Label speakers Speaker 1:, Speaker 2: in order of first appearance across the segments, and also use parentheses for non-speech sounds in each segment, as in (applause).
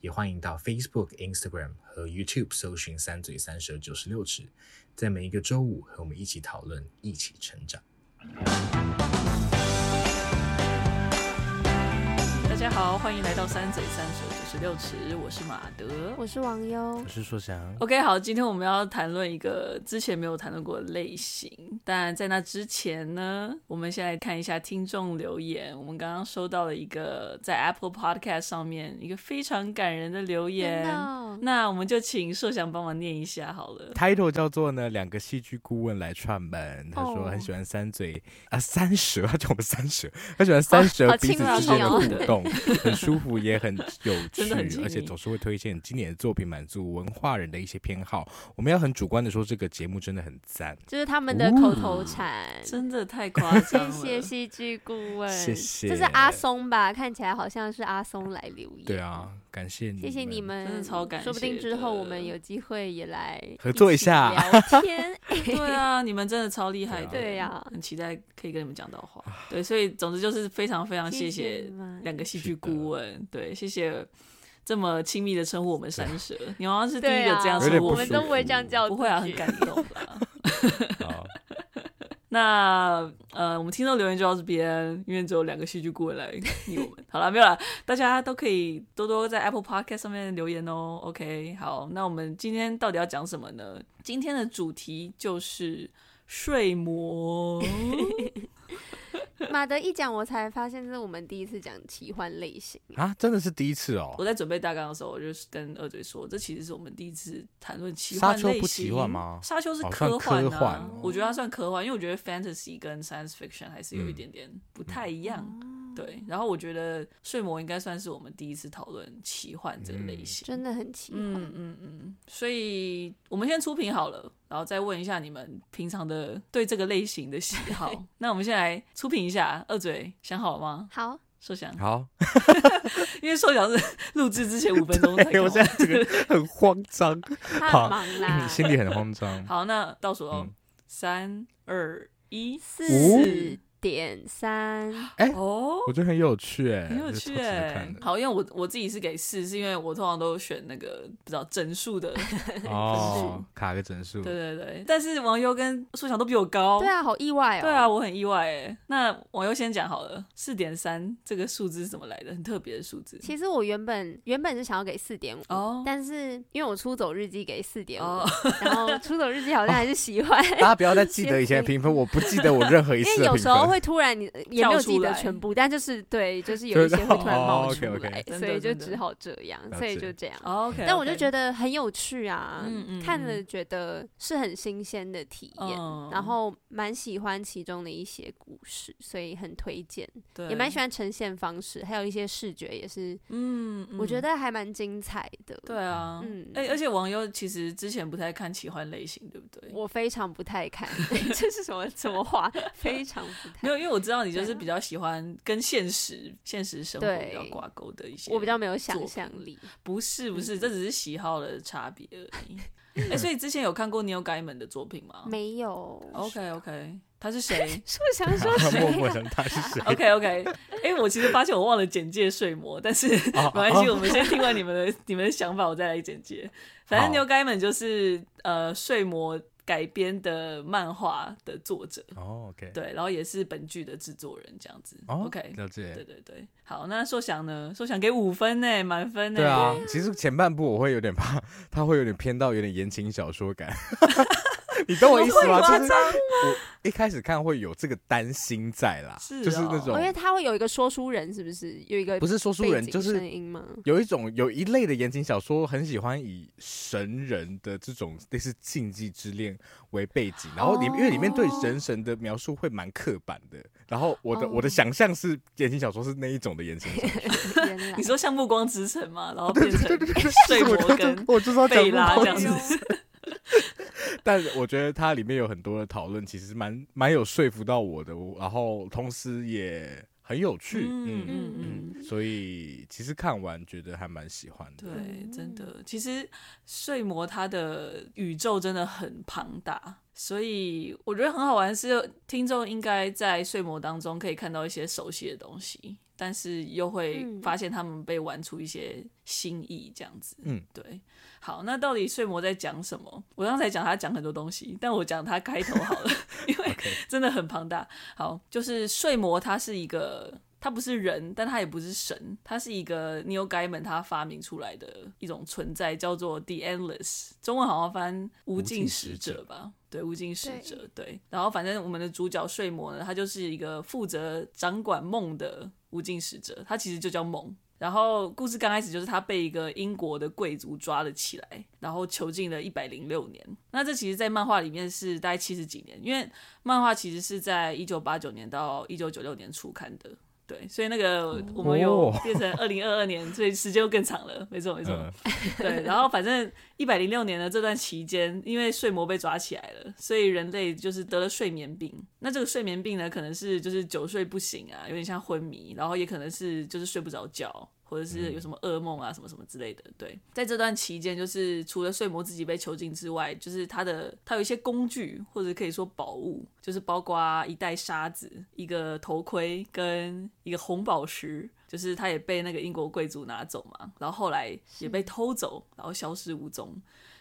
Speaker 1: 也欢迎到 Facebook、Instagram 和 YouTube 搜寻“三嘴三舌九十六尺”，在每一个周五和我们一起讨论，一起成长。
Speaker 2: 大家好，欢迎来到三嘴三舌九十六尺，我是马德。
Speaker 3: 我是王优
Speaker 1: 我，是说翔，
Speaker 2: OK，好，今天我们要谈论一个之前没有谈论过的类型，但在那之前呢，我们先来看一下听众留言。我们刚刚收到了一个在 Apple Podcast 上面一个非常感人的留言
Speaker 3: 真的哦，
Speaker 2: 那我们就请硕翔帮忙念一下好
Speaker 3: (laughs)
Speaker 2: 了。
Speaker 4: title 叫做呢，两个戏剧顾问来串门。他说
Speaker 3: 哦
Speaker 4: 很喜欢三嘴、啊三舌，他叫我们三舌，他喜欢三舌
Speaker 3: 哦好
Speaker 4: 彼此
Speaker 3: 亲密
Speaker 4: 之间的
Speaker 3: 哦
Speaker 4: 互动，很舒服也很有
Speaker 3: (laughs)
Speaker 2: 真的很
Speaker 4: 趣，
Speaker 2: 亲
Speaker 4: 而且
Speaker 2: 密
Speaker 4: 总是会推荐经典的作品，满足文化人的一些偏好。我们要很主观的说，这个节目真的很赞。
Speaker 3: 就是他们的口头禅。
Speaker 2: 真的太夸张
Speaker 3: 谢
Speaker 2: 了，
Speaker 3: (laughs) 谢戏剧顾问，
Speaker 4: 哦谢谢
Speaker 3: 这是阿松吧？看起来好像是阿松来留言。
Speaker 4: 对，啊，感谢你，
Speaker 3: 谢谢你。们，
Speaker 2: 真的超感谢的
Speaker 3: 说不定之后我们有机会也来
Speaker 4: 合作一下
Speaker 3: 一起聊
Speaker 4: (laughs)
Speaker 3: 天。
Speaker 2: 对啊，你们真的超厉害的，
Speaker 3: 对啊
Speaker 2: 很期待可以跟你们讲到话。对，所以总之就是非常非常谢
Speaker 3: 谢
Speaker 2: 谢
Speaker 3: 你们
Speaker 2: 两个戏
Speaker 4: 是
Speaker 2: 剧
Speaker 4: 的
Speaker 2: 顾问，对，谢谢这么亲密的称呼我们三
Speaker 3: (laughs)
Speaker 2: 蛇，你好像是第一个这样
Speaker 4: 有点
Speaker 2: 称呼
Speaker 3: 对啊，
Speaker 4: 不
Speaker 3: 我
Speaker 2: 我
Speaker 3: 们
Speaker 2: 们
Speaker 4: 舒，
Speaker 3: 都不会这样叫自己，
Speaker 2: 不会啊，很感动
Speaker 3: (laughs)
Speaker 2: 啦。
Speaker 4: 好，
Speaker 2: 那呃，我们听众留言就到这边，因为只有两个戏剧顾问来理我们。好了，没有了，大家都可以多多在 Apple Podcast 上面留言哦。OK，好，那我们今天到底要讲什么呢？今天的主题就是睡魔。
Speaker 3: 马德一讲，我才发现这是我们第一次讲奇幻类型。
Speaker 4: 啊，真的是第一次哦
Speaker 2: 我。在准备大纲的时候，我就是跟二嘴说，这其实是我们第一次谈论奇
Speaker 4: 沙
Speaker 2: 幻
Speaker 4: 丘
Speaker 2: 类型。
Speaker 4: 不奇幻吗
Speaker 2: 沙丘是
Speaker 4: 哦算
Speaker 2: 科幻、啊，
Speaker 4: 科幻哦
Speaker 2: 我觉得它算科幻，因为我觉得 fantasy 跟 science fiction 还是有一
Speaker 4: 嗯
Speaker 2: 点点不太一样。
Speaker 3: 哦
Speaker 2: 对，然后我觉得睡魔应该算是我们第一次讨论奇幻这个
Speaker 4: 嗯
Speaker 2: 类型。
Speaker 3: 真的哦很奇幻，
Speaker 2: 嗯嗯嗯，所以我们先出评好了，然后再问一下你们平常的对这个类型的喜
Speaker 3: (laughs)
Speaker 2: 好。那我们先来出评一下，二嘴想好了吗？
Speaker 3: 好，
Speaker 2: 说想，
Speaker 4: 好，
Speaker 2: 因为说想是录制之前五分钟才
Speaker 4: 对
Speaker 2: 搞
Speaker 4: (laughs) 我现在这个很慌张，
Speaker 3: 他
Speaker 4: 好
Speaker 3: 很忙啦，
Speaker 4: 心里很慌张。
Speaker 2: 好，那倒数哦
Speaker 4: 嗯，
Speaker 2: 三二一，
Speaker 3: 四点三，
Speaker 2: 哦，
Speaker 4: 我觉得很有趣哎，
Speaker 2: 很有
Speaker 4: 这是超
Speaker 2: 趣
Speaker 4: 值得
Speaker 2: 哎
Speaker 4: 看。的
Speaker 2: 好，因为我我自己是给四，是因为我通常都选那个不知道整
Speaker 4: (laughs)
Speaker 2: 数的， (laughs)
Speaker 4: 哦，卡个整数
Speaker 2: 哎对。对对。但是王优跟苏翔都比我高，
Speaker 3: 对啊，好意外哦，
Speaker 2: 对啊，我很意外哎。那王优先讲好了，四点三这个数字是怎么来的？很特别的数字。
Speaker 3: 其实我原本原本是想要给四点五，
Speaker 2: 哦
Speaker 3: 但是因为我出走日记给四点五
Speaker 2: 哦，
Speaker 3: 然后出走日记好像还是喜欢，
Speaker 4: 大家不要再记得以前的评分，我不记得我任 (laughs) 何一
Speaker 3: 因
Speaker 4: 次
Speaker 3: 为
Speaker 4: 的
Speaker 3: 有
Speaker 4: 评
Speaker 3: 时候
Speaker 4: 分。
Speaker 3: 会突然你也没有记得全部，但就是对，就是有一些会突然冒
Speaker 4: 就
Speaker 3: 出
Speaker 4: 是哦
Speaker 3: 来，
Speaker 4: ，OK，OK
Speaker 3: 所以
Speaker 2: 真的
Speaker 3: 就
Speaker 2: 真的
Speaker 3: 只好这样，
Speaker 4: 了解
Speaker 3: 所以就这样。
Speaker 2: 哦 OK，
Speaker 3: 但我就觉
Speaker 2: 得
Speaker 3: 得很有趣啊，
Speaker 2: 嗯嗯
Speaker 3: 看了觉得是很新鲜的体验，
Speaker 2: 嗯
Speaker 3: 然后蛮喜欢其中的一些故事，所以很推荐，
Speaker 2: 对
Speaker 3: 也蛮喜欢呈现方式，还有一些视觉也是，
Speaker 2: 嗯，嗯
Speaker 3: 我觉得还蛮精彩的。
Speaker 2: 对啊，嗯
Speaker 3: 嗯，
Speaker 2: 哎，而且王优其实之前不太看奇幻类型，对不对？
Speaker 3: 我非常不太
Speaker 2: (laughs)
Speaker 3: 看，这是什么什么话？非常不
Speaker 2: 没
Speaker 3: 太，
Speaker 2: 有，因为我知道你就
Speaker 3: 对啊
Speaker 2: 是比较喜欢跟现实、现实生活
Speaker 3: 对
Speaker 2: 比较挂钩的一些。
Speaker 3: 我比较没嗯有
Speaker 2: 作
Speaker 3: 想
Speaker 2: 品
Speaker 3: 象力。
Speaker 2: 不是不是，这只是喜好的差别而已。哎、所以之前有看过 Neil Gaiman 的作品吗哦
Speaker 3: 没有，
Speaker 2: ？OK OK，他是谁
Speaker 3: 是我想说
Speaker 2: (laughs)
Speaker 4: 默
Speaker 3: 谁
Speaker 4: 默
Speaker 3: 啊？
Speaker 4: 想 (laughs) 他是谁？
Speaker 2: ？OK OK，哎、我其实发现我忘了简介睡魔，但是 (laughs) 没
Speaker 4: 哦
Speaker 2: 关系，我们先听完你们的你们的想法，我再来简介。反正
Speaker 4: 好
Speaker 2: Neil Gaiman 就是呃睡魔改编的漫画的作者，
Speaker 4: (laughs) 哦，OK，
Speaker 2: 对，然后也是本剧的制作人这样子。
Speaker 4: 哦
Speaker 2: OK，
Speaker 4: 了
Speaker 2: 对
Speaker 4: 解。
Speaker 2: 对对，好，那硕翔呢？硕翔给五分呢，满分呢。
Speaker 4: 对啊，其实前半部我会有点怕， (laughs) 他会有点偏到有点言情小说
Speaker 2: (laughs)
Speaker 4: 感。你懂我意思吗？
Speaker 2: 怎么会
Speaker 4: 就是我一开始看会有这个担心在啦，
Speaker 2: 是
Speaker 4: 就是那
Speaker 2: 哦
Speaker 4: 种
Speaker 3: 哦因为他会有一个说书人，是不是有一个
Speaker 4: 不是说书
Speaker 3: 背
Speaker 4: 人，
Speaker 3: 景
Speaker 4: 就是
Speaker 3: 声音吗？
Speaker 4: 有一种有一类的言情小说，很喜欢以神人的这种类似禁忌之恋为背景，然后里、因为里面对人神的描述会蛮刻板的，然后我的、
Speaker 3: 哦
Speaker 4: 我的想象是言情小说是那一种的言情
Speaker 2: (laughs)
Speaker 4: 小说，
Speaker 3: 原来
Speaker 2: 你说像《暮光之城》
Speaker 4: (laughs)
Speaker 2: 嘛，然后变成睡
Speaker 4: 就是
Speaker 2: 魔
Speaker 4: 我就
Speaker 2: 跟啊
Speaker 4: 我就是要讲
Speaker 3: 哦
Speaker 2: 贝拉
Speaker 4: 不
Speaker 2: 这
Speaker 4: 同
Speaker 2: 样子，
Speaker 4: 但我觉得它里面有很多的讨论，其实蛮蛮有说服到我的，我然后同时也很有趣，
Speaker 2: 嗯
Speaker 4: 嗯
Speaker 2: 嗯嗯。
Speaker 4: 嗯，所以其实看完觉得还蛮喜欢的。
Speaker 2: 对，真的，其实睡魔它的宇宙真的很庞大，所以我觉得很好玩是，听众应该在睡魔当中可以看到一些熟悉的东西，但是又会
Speaker 3: 嗯
Speaker 2: 发现他们被玩出一些新意，这样子。
Speaker 4: 嗯，
Speaker 2: 对。好，那到底睡魔在讲什么？我刚才讲他讲很多东西，但我讲他开头好了，因为 (laughs) 真的很庞大。好，就是睡魔，它是一个，它不是人，但它也不是神，它是一个 Neil Gaiman 他发明出来的一种存在，叫做 The Endless，中文好像翻无尽使者吧。对，无尽使者，对。然后，反正我们的主角睡魔呢，他就是一个负责掌管梦的无尽使者，他其实就叫梦。然后故事刚开始就是他被一个英国的贵族抓了起来，然后囚禁了一百零六年。那这其实，在漫画里面是大概七十几年，因为漫画其实是在一九八九年到一九九六年初刊的，对，所以那个我们有
Speaker 4: 哦
Speaker 2: 变成二零二二年，所以时间又更长了，没错没错。
Speaker 4: 嗯，
Speaker 2: 对，然后反正一百零六年的这段期间，因为睡魔被抓起来了，所以人类就是得了睡眠病。那这个睡眠病呢，可能是就是久睡不醒啊，有点像昏迷，然后也可能是就是睡不着觉。或者是有什么噩梦啊，什么什么之类的。对，在这段期间，就是除了睡魔自己被囚禁之外，就是他的他有一些工具或者可以说宝物，就是包括一袋沙子、一个头盔跟一个红宝石。就是他也被那个英国贵族拿走嘛，然后后来也被偷走，然后消失无踪。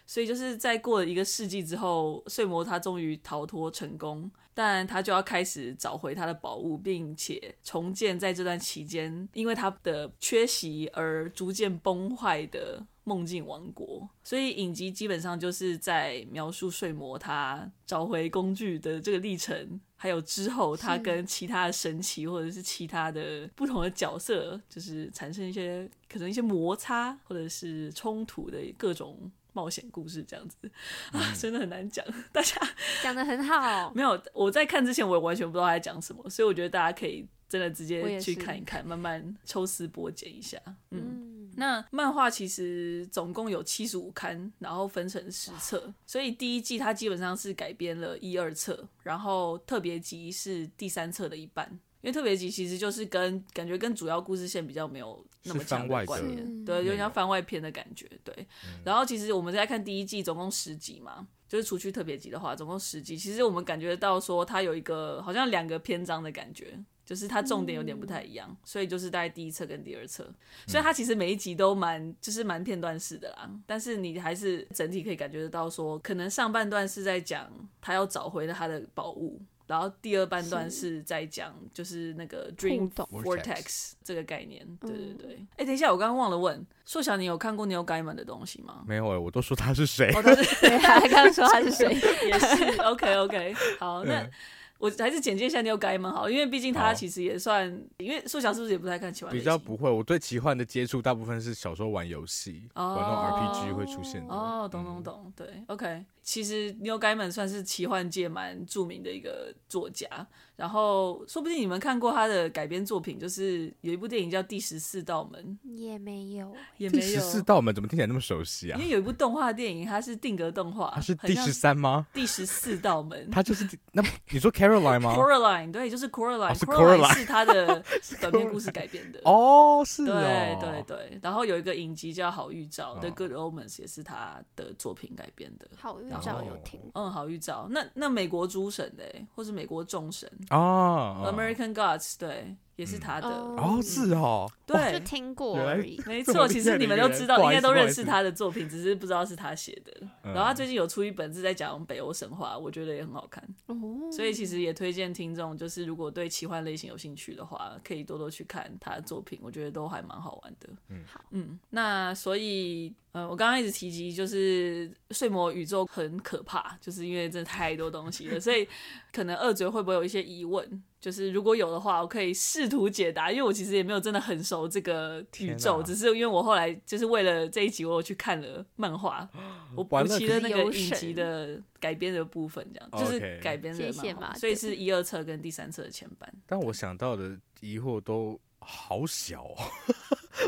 Speaker 2: 所以就是在过了一个世纪之后，睡魔他终于逃脱成功，但他就要开始找回他的宝物，并且重建在这段期间因为他的缺席而逐渐崩坏的梦境王国。所以影集基本上就是在描述睡魔他找回工具的这个历程。还有之后，他跟其他的神奇或者是其他的不同的角色，就是产生一些可能一些摩擦或者是冲突的各种冒险故事，这样子啊，真的很难讲。大家
Speaker 3: 讲的很好，
Speaker 2: (laughs)
Speaker 3: 嗯
Speaker 2: 没有，我在看之前我也完全不知道他在讲什么，所以我觉得大家可以真的直
Speaker 3: 我
Speaker 2: 接
Speaker 3: 也
Speaker 2: 去
Speaker 3: 是
Speaker 2: 看一看，慢慢抽丝剥茧一下。嗯，
Speaker 3: 嗯，
Speaker 2: 那漫画其实总共有七十五刊，然后分成十册，所以第一季它基本上是改编了一二册，然后特别集是第三册的一半。因为特别集其实就是跟感觉跟主要故事线比较没有那么
Speaker 4: 是番
Speaker 2: 强
Speaker 4: 外的嗯
Speaker 2: 的关联，
Speaker 3: 嗯
Speaker 2: 对，有点
Speaker 4: 内
Speaker 2: 像
Speaker 4: 容
Speaker 2: 番外篇的感觉，对。然后其实我们在看第一季，总共十集嘛，就是除去特别集的话，总共十集。其实我们感觉到说它有一个好像两个篇章的感觉，就是它重点有点不太一样，所以就是大概第一册跟第二册。所以它其实每一集都蛮就是蛮片段式的啦，但是你还是整体可以感觉得到说，可能上半段是在讲他要找回他的宝物。然后第二半段是在讲，就是那个 Dream
Speaker 3: 互动 (laughs)
Speaker 2: Vortex 这个概念，对对
Speaker 3: 嗯
Speaker 2: 对。哎、等一下，我刚刚忘了问，硕小，你有看过 Neil Gaiman 的东
Speaker 4: (laughs)
Speaker 2: 西吗？
Speaker 4: 没有哎，我都说他是谁？
Speaker 2: 哦，他是
Speaker 3: 对，他刚刚说他是谁？
Speaker 2: (laughs) 也是 OK OK，好，那
Speaker 4: 嗯
Speaker 2: 我还是简介一下 Neil Gaiman 好了，因为毕竟他
Speaker 4: 好
Speaker 2: 其实也算，因为硕翔是不是也不太看奇幻类
Speaker 4: 比
Speaker 2: 型？
Speaker 4: 较不会，我对奇幻的接触大部分是小时候玩游戏，
Speaker 2: 哦
Speaker 4: 玩那种 RPG 会出现的。
Speaker 2: 哦，懂懂懂，对，OK。其实 Neil Gaiman 算是奇幻界蛮著名的一个作家，然后说不定你们看过他的改编作品，就是有一部电影叫《第十四道门
Speaker 3: 也没有，》，
Speaker 2: 也
Speaker 4: 第
Speaker 2: 没
Speaker 4: 十
Speaker 2: 有，
Speaker 4: 四道门怎么听起来那么熟悉啊
Speaker 2: 因？为有一部动画电影，它是定格动画，
Speaker 4: 它啊是
Speaker 2: 很
Speaker 4: 第
Speaker 2: 像嗯
Speaker 4: 十三吗？
Speaker 2: 第十四道
Speaker 4: (laughs)
Speaker 2: 门。
Speaker 4: 它就是第那你说 Caroline 吗？
Speaker 2: Coraline，对，就是 Coraline，、
Speaker 4: 哦是
Speaker 2: Coraline
Speaker 4: Coraline
Speaker 2: 是他的短篇故事改编的。
Speaker 4: (laughs) 哦，是
Speaker 2: 对
Speaker 4: 哦，
Speaker 2: 对对，然后有一个影集叫《好预兆》The
Speaker 4: 哦
Speaker 2: Good Omens》，也是他的作品改编的。
Speaker 3: 好预
Speaker 2: 兆
Speaker 3: 兆
Speaker 4: 有
Speaker 3: 有
Speaker 4: 听
Speaker 3: 听，
Speaker 2: 嗯，好预兆。那那美国诸神的欸，或是美国众神、
Speaker 4: 哦
Speaker 2: American 嗯 Gods，对，也是他的。
Speaker 3: 哦
Speaker 4: 哦是哦，
Speaker 3: 就
Speaker 2: 对，
Speaker 3: 听过
Speaker 4: 原来
Speaker 3: 而已。
Speaker 4: (laughs)
Speaker 2: 没
Speaker 4: 这么
Speaker 2: 错，
Speaker 4: 厉
Speaker 2: 其
Speaker 4: 害
Speaker 2: 实
Speaker 4: 的
Speaker 2: 你
Speaker 4: 一
Speaker 2: 们
Speaker 4: 个
Speaker 2: 都
Speaker 4: 人
Speaker 2: 知道，
Speaker 4: 不
Speaker 2: 应
Speaker 4: 好意
Speaker 2: 该
Speaker 4: 思
Speaker 2: 都
Speaker 4: 不好
Speaker 2: 认
Speaker 4: 意
Speaker 2: 识
Speaker 4: 思嗯
Speaker 2: 他的作品，只是不知道是他写的。然后他最近有出一本是在讲北欧神话，我觉得也很好看。
Speaker 3: 哦，
Speaker 2: 所以其实也推荐听众，就是如果对奇幻类型有兴趣的话，可以多多去看他的作品，我觉得都还蛮好玩的。
Speaker 4: 嗯
Speaker 3: 好
Speaker 2: 嗯，那所以呃，我刚刚一直提及，就是睡魔宇宙很可怕，就是因为真的太多东西了，所以可能二嘴会不会有一些疑问？就是如果有的话，我可以试图解答，因为我其实也没有真的很熟这个宇宙，
Speaker 4: 天哪
Speaker 2: 只是因为我后来就是为了这一集，我有去看了漫画，我补
Speaker 4: 完了
Speaker 2: 齐了那个影
Speaker 3: 有
Speaker 2: 集
Speaker 3: 神
Speaker 2: 的改编的部分，这样就是
Speaker 4: 哦 OK
Speaker 2: 改编的
Speaker 3: 谢谢
Speaker 2: 漫画
Speaker 3: 嘛
Speaker 2: 所以
Speaker 3: 对
Speaker 2: 是一二册跟第三册的前半。
Speaker 4: 但我想到的疑惑都好小哦，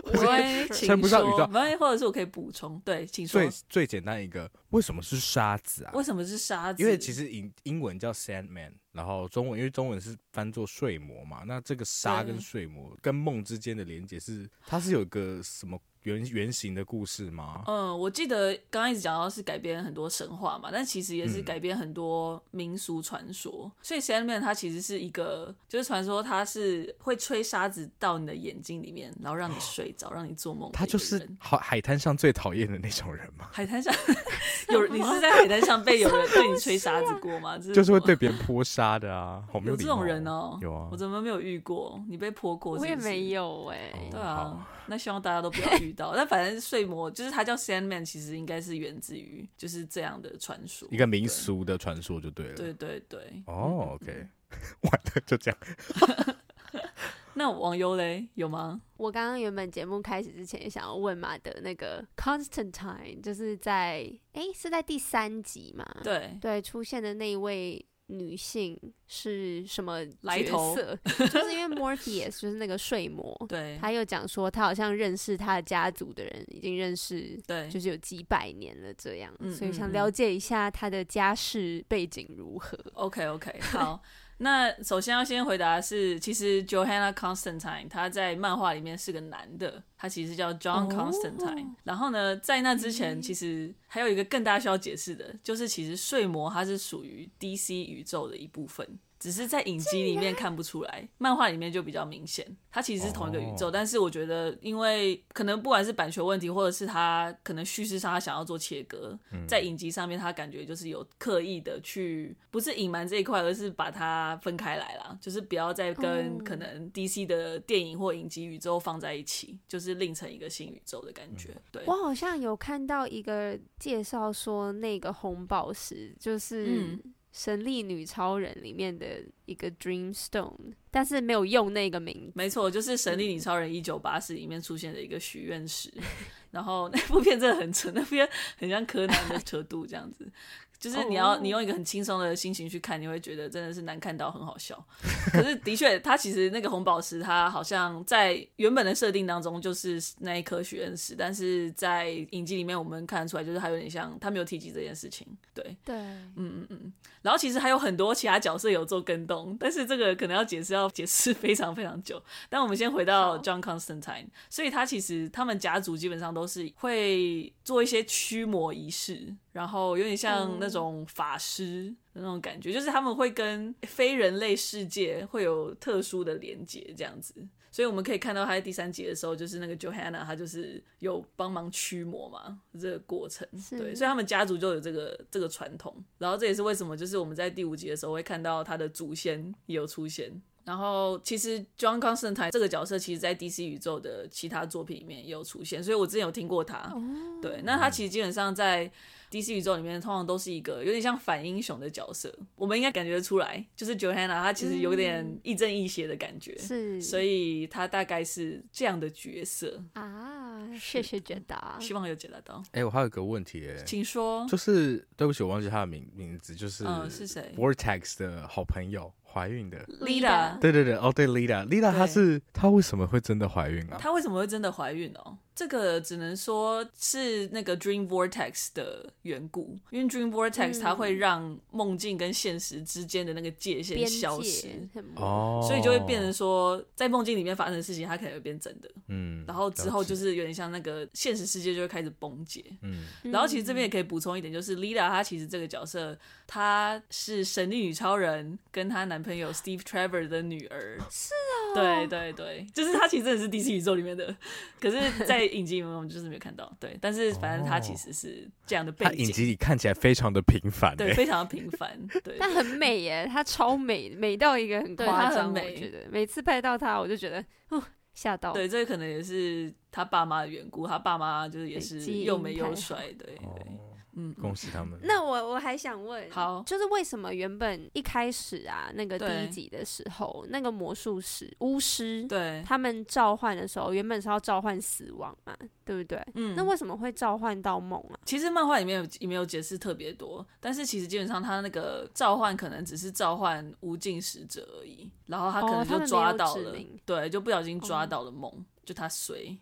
Speaker 2: 喂，
Speaker 4: 称不上宇宙
Speaker 2: 没或者是我可以补充，对，请说
Speaker 4: 最，最简单一个，为什么是沙子啊？
Speaker 2: 为什么是沙子？
Speaker 4: 因为其实英英文叫 Sandman，然后中文因为中文是翻作睡魔嘛，那这个沙
Speaker 2: 对
Speaker 4: 跟睡魔跟梦之间的连接是，它是有一个什么原原型的故事吗？
Speaker 2: 嗯，我记得刚刚一直讲到是改编很多神话嘛，但其实也是
Speaker 4: 嗯
Speaker 2: 改编很多民俗传说。所以 Sandman 它其实是一个，就是传说它是会吹沙子到你的眼睛里面，然后让你睡着，让你做梦的一个人。
Speaker 4: 他哦就是海海滩上最讨厌的那种人嘛，
Speaker 2: 海滩
Speaker 3: (laughs)
Speaker 2: 上有人，你是在海滩上被有人对你吹沙
Speaker 3: 啊
Speaker 2: 子过吗？这
Speaker 4: 就是会
Speaker 2: 什么
Speaker 4: 对别人泼沙的 (laughs) 啊，好没
Speaker 2: 有
Speaker 4: 礼
Speaker 2: 这种
Speaker 4: 貌
Speaker 2: 人哦，
Speaker 4: 有啊
Speaker 2: 我，怎么没有遇过？你被泼过是不
Speaker 3: 我
Speaker 2: 是？
Speaker 3: 也没有哎、
Speaker 4: 哦
Speaker 2: 对
Speaker 4: 好
Speaker 2: 啊，那希望大家都不要遇到。 (laughs) 但反正睡魔就是它叫 Sandman，其实应该是源自于就是这样的传说，
Speaker 4: 一个民俗的传说就对了。
Speaker 2: 对。对对对。嗯
Speaker 4: 哦，OK，完 (laughs) 了就这样。
Speaker 2: 那网友嘞有吗？
Speaker 3: 我刚刚原本节目开始之前也想要问马德那个 Constantine，就是在诶是在第三集嘛？
Speaker 2: 对，
Speaker 3: 对出现的那一位女性是什么
Speaker 2: 来
Speaker 3: 角
Speaker 2: 头
Speaker 3: 色？ (laughs) 就是因为 Morpheus 就是那个睡魔，
Speaker 2: 对，
Speaker 3: 他又讲说他好像认识他的家族的人已经认识。
Speaker 2: 对，
Speaker 3: 就是有几百年了，这样，
Speaker 2: 嗯
Speaker 3: 所以
Speaker 2: 嗯
Speaker 3: 想
Speaker 2: 嗯
Speaker 3: 了解一下他的家世背景如何。
Speaker 2: OK OK，好。 (laughs) 那首先要先回答的是，其实 Johanna Constantine 她在漫画里面是个男的，他其实叫 John
Speaker 3: 哦
Speaker 2: Constantine。然后呢，在那之前，其实还有一个更大需要解释的，就是其实睡魔它是属于 DC 宇宙的一部分。只是在影集里面看不出来，漫画里面就比较明显。它其实是同一个宇宙，
Speaker 4: 哦
Speaker 2: 但是我觉得，因为可能不管是版权问题，或者是它可能叙事上它想要做切割，在影集上面，他感觉就是有刻意的去，不是隐瞒这一块，而是把它分开来啦，就是不要再跟
Speaker 3: 哦
Speaker 2: 可能 DC 的电影或影集宇宙放在一起，就是另成一个新宇宙的感觉。对，
Speaker 3: 我好像有看到一个介绍说，那个红宝石就是
Speaker 2: 嗯
Speaker 3: 《神力女超人》里面的一个 Dream Stone，但是没有用那个名字。
Speaker 2: 没错，就是《神力女超人一九八四》里面出现的一个许愿石，然后那部片真的很扯，那部片很像柯南的扯度这样子，就是你要
Speaker 3: 哦
Speaker 2: 你用一个很轻松的心情去看，你会觉得真的是难看到很好笑。可是的确，它其实那个红宝石，它好像在原本的设定当中就是那一颗许愿石，但是在影集里面我们看得出来，就是它有点像，它没有提及这件事情，对。
Speaker 3: 对，
Speaker 2: 嗯嗯嗯，然后其实还有很多其他角色有做跟动，但是这个可能要解释要解释非常非常久。但我们先回到
Speaker 3: 好
Speaker 2: John Constantine，所以他其实他们家族基本上都是会做一些驱魔仪式，然后有点像
Speaker 3: 嗯
Speaker 2: 那种法师的那种感觉，就是他们会跟非人类世界会有特殊的连接这样子。所以我们可以看到他在第三集的时候，就是那个 Johanna，她就是有帮忙驱魔嘛，这个过程。
Speaker 3: 是
Speaker 2: 对，所以他们家族就有这个这个传统。然后这也是为什么，就是我们在第五集的时候会看到他的祖先也有出现。然后其实 John Constantine 这个角色，其实在 DC 宇宙的其他作品里面也有出现，所以我之前有听过他。
Speaker 3: 哦，
Speaker 2: 对，那他其实基本上在 DC 宇宙里面，通常都是一个有点像反英雄的角色。我们应该感觉得出来，就是 Johanna，她其实有点
Speaker 3: 嗯
Speaker 2: 亦正亦邪的感觉。
Speaker 3: 是，
Speaker 2: 所以他大概是这样的角色，
Speaker 3: 啊，
Speaker 2: 是
Speaker 3: 谢谢解答。
Speaker 2: 希望有解答到。
Speaker 4: 哎、我还有个问题、哎，
Speaker 2: 请说，
Speaker 4: 就是对不起，我忘记他的名名字，就是
Speaker 2: 嗯，是谁
Speaker 4: Vortex 的好朋友怀孕的。
Speaker 2: ？Lida，
Speaker 4: (laughs) 对对对，哦对，Lida，Lida 她
Speaker 2: 对
Speaker 4: 是她为什么会真的怀孕啊？
Speaker 2: 她为什么会真的怀孕哦？这个只能说是那个 Dream Vortex 的缘故，因为 Dream Vortex
Speaker 3: 嗯
Speaker 2: 它会让梦境跟现实之间的那个界限
Speaker 3: 边
Speaker 2: 消
Speaker 3: 界
Speaker 2: 失。
Speaker 3: 很模糊
Speaker 4: 哦，
Speaker 2: 所以就会变成说，在梦境里面发生的事情，它可能会变真的，
Speaker 4: 嗯，
Speaker 2: 然后之后就
Speaker 4: 了解
Speaker 2: 是有点像那个现实世界就会开始崩解。
Speaker 4: 嗯
Speaker 2: 然后其实这边也可以补充一点，就是 Lida 她其实这个角色，她是神力女超人跟她男朋友 Steve Trevor 的女儿。是哦，对对对，就是她其实真的是 DC 宇宙里面的，可是，在影集里面我们就是没有看到。对，但是反正她其实是这样的背
Speaker 4: 哦她影
Speaker 2: 景，
Speaker 4: 集里看起来非常的平凡、
Speaker 2: 对，
Speaker 4: 哎，
Speaker 2: 非常的平凡。对，
Speaker 3: 但很美耶，她超美，美到一个很
Speaker 2: 对
Speaker 3: 夸
Speaker 2: 她很
Speaker 3: 张。我
Speaker 2: 美
Speaker 3: 觉得每次拍到她，我就觉得哦吓到。
Speaker 2: 对，这可能也是她爸妈的缘故，她爸妈就是也
Speaker 3: 对基
Speaker 2: 是
Speaker 3: 因
Speaker 2: 又美又
Speaker 3: 太
Speaker 2: 帅，对对。
Speaker 4: 哦
Speaker 2: 嗯，嗯
Speaker 4: 恭喜他们。
Speaker 3: 那我我还想问，
Speaker 2: 好
Speaker 3: 就是为什么原本一开始啊，那个第
Speaker 2: 对
Speaker 3: 一集的时候，那个魔术师巫师，
Speaker 2: 对，
Speaker 3: 他们召唤的时候，原本是要召唤死亡嘛，对不对？
Speaker 2: 嗯
Speaker 3: 那为什么会召唤到梦啊？
Speaker 2: 其实漫画里面有也没有解释特别多，但是其实基本上他那个召唤可能只是召唤无尽使者而已，然后他可
Speaker 3: 哦
Speaker 2: 能
Speaker 3: 他们
Speaker 2: 就
Speaker 3: 没
Speaker 2: 抓
Speaker 3: 有
Speaker 2: 到
Speaker 3: 指
Speaker 2: 了，
Speaker 3: 明
Speaker 2: 对，就不小心抓
Speaker 3: 哦
Speaker 2: 到了梦，就他随。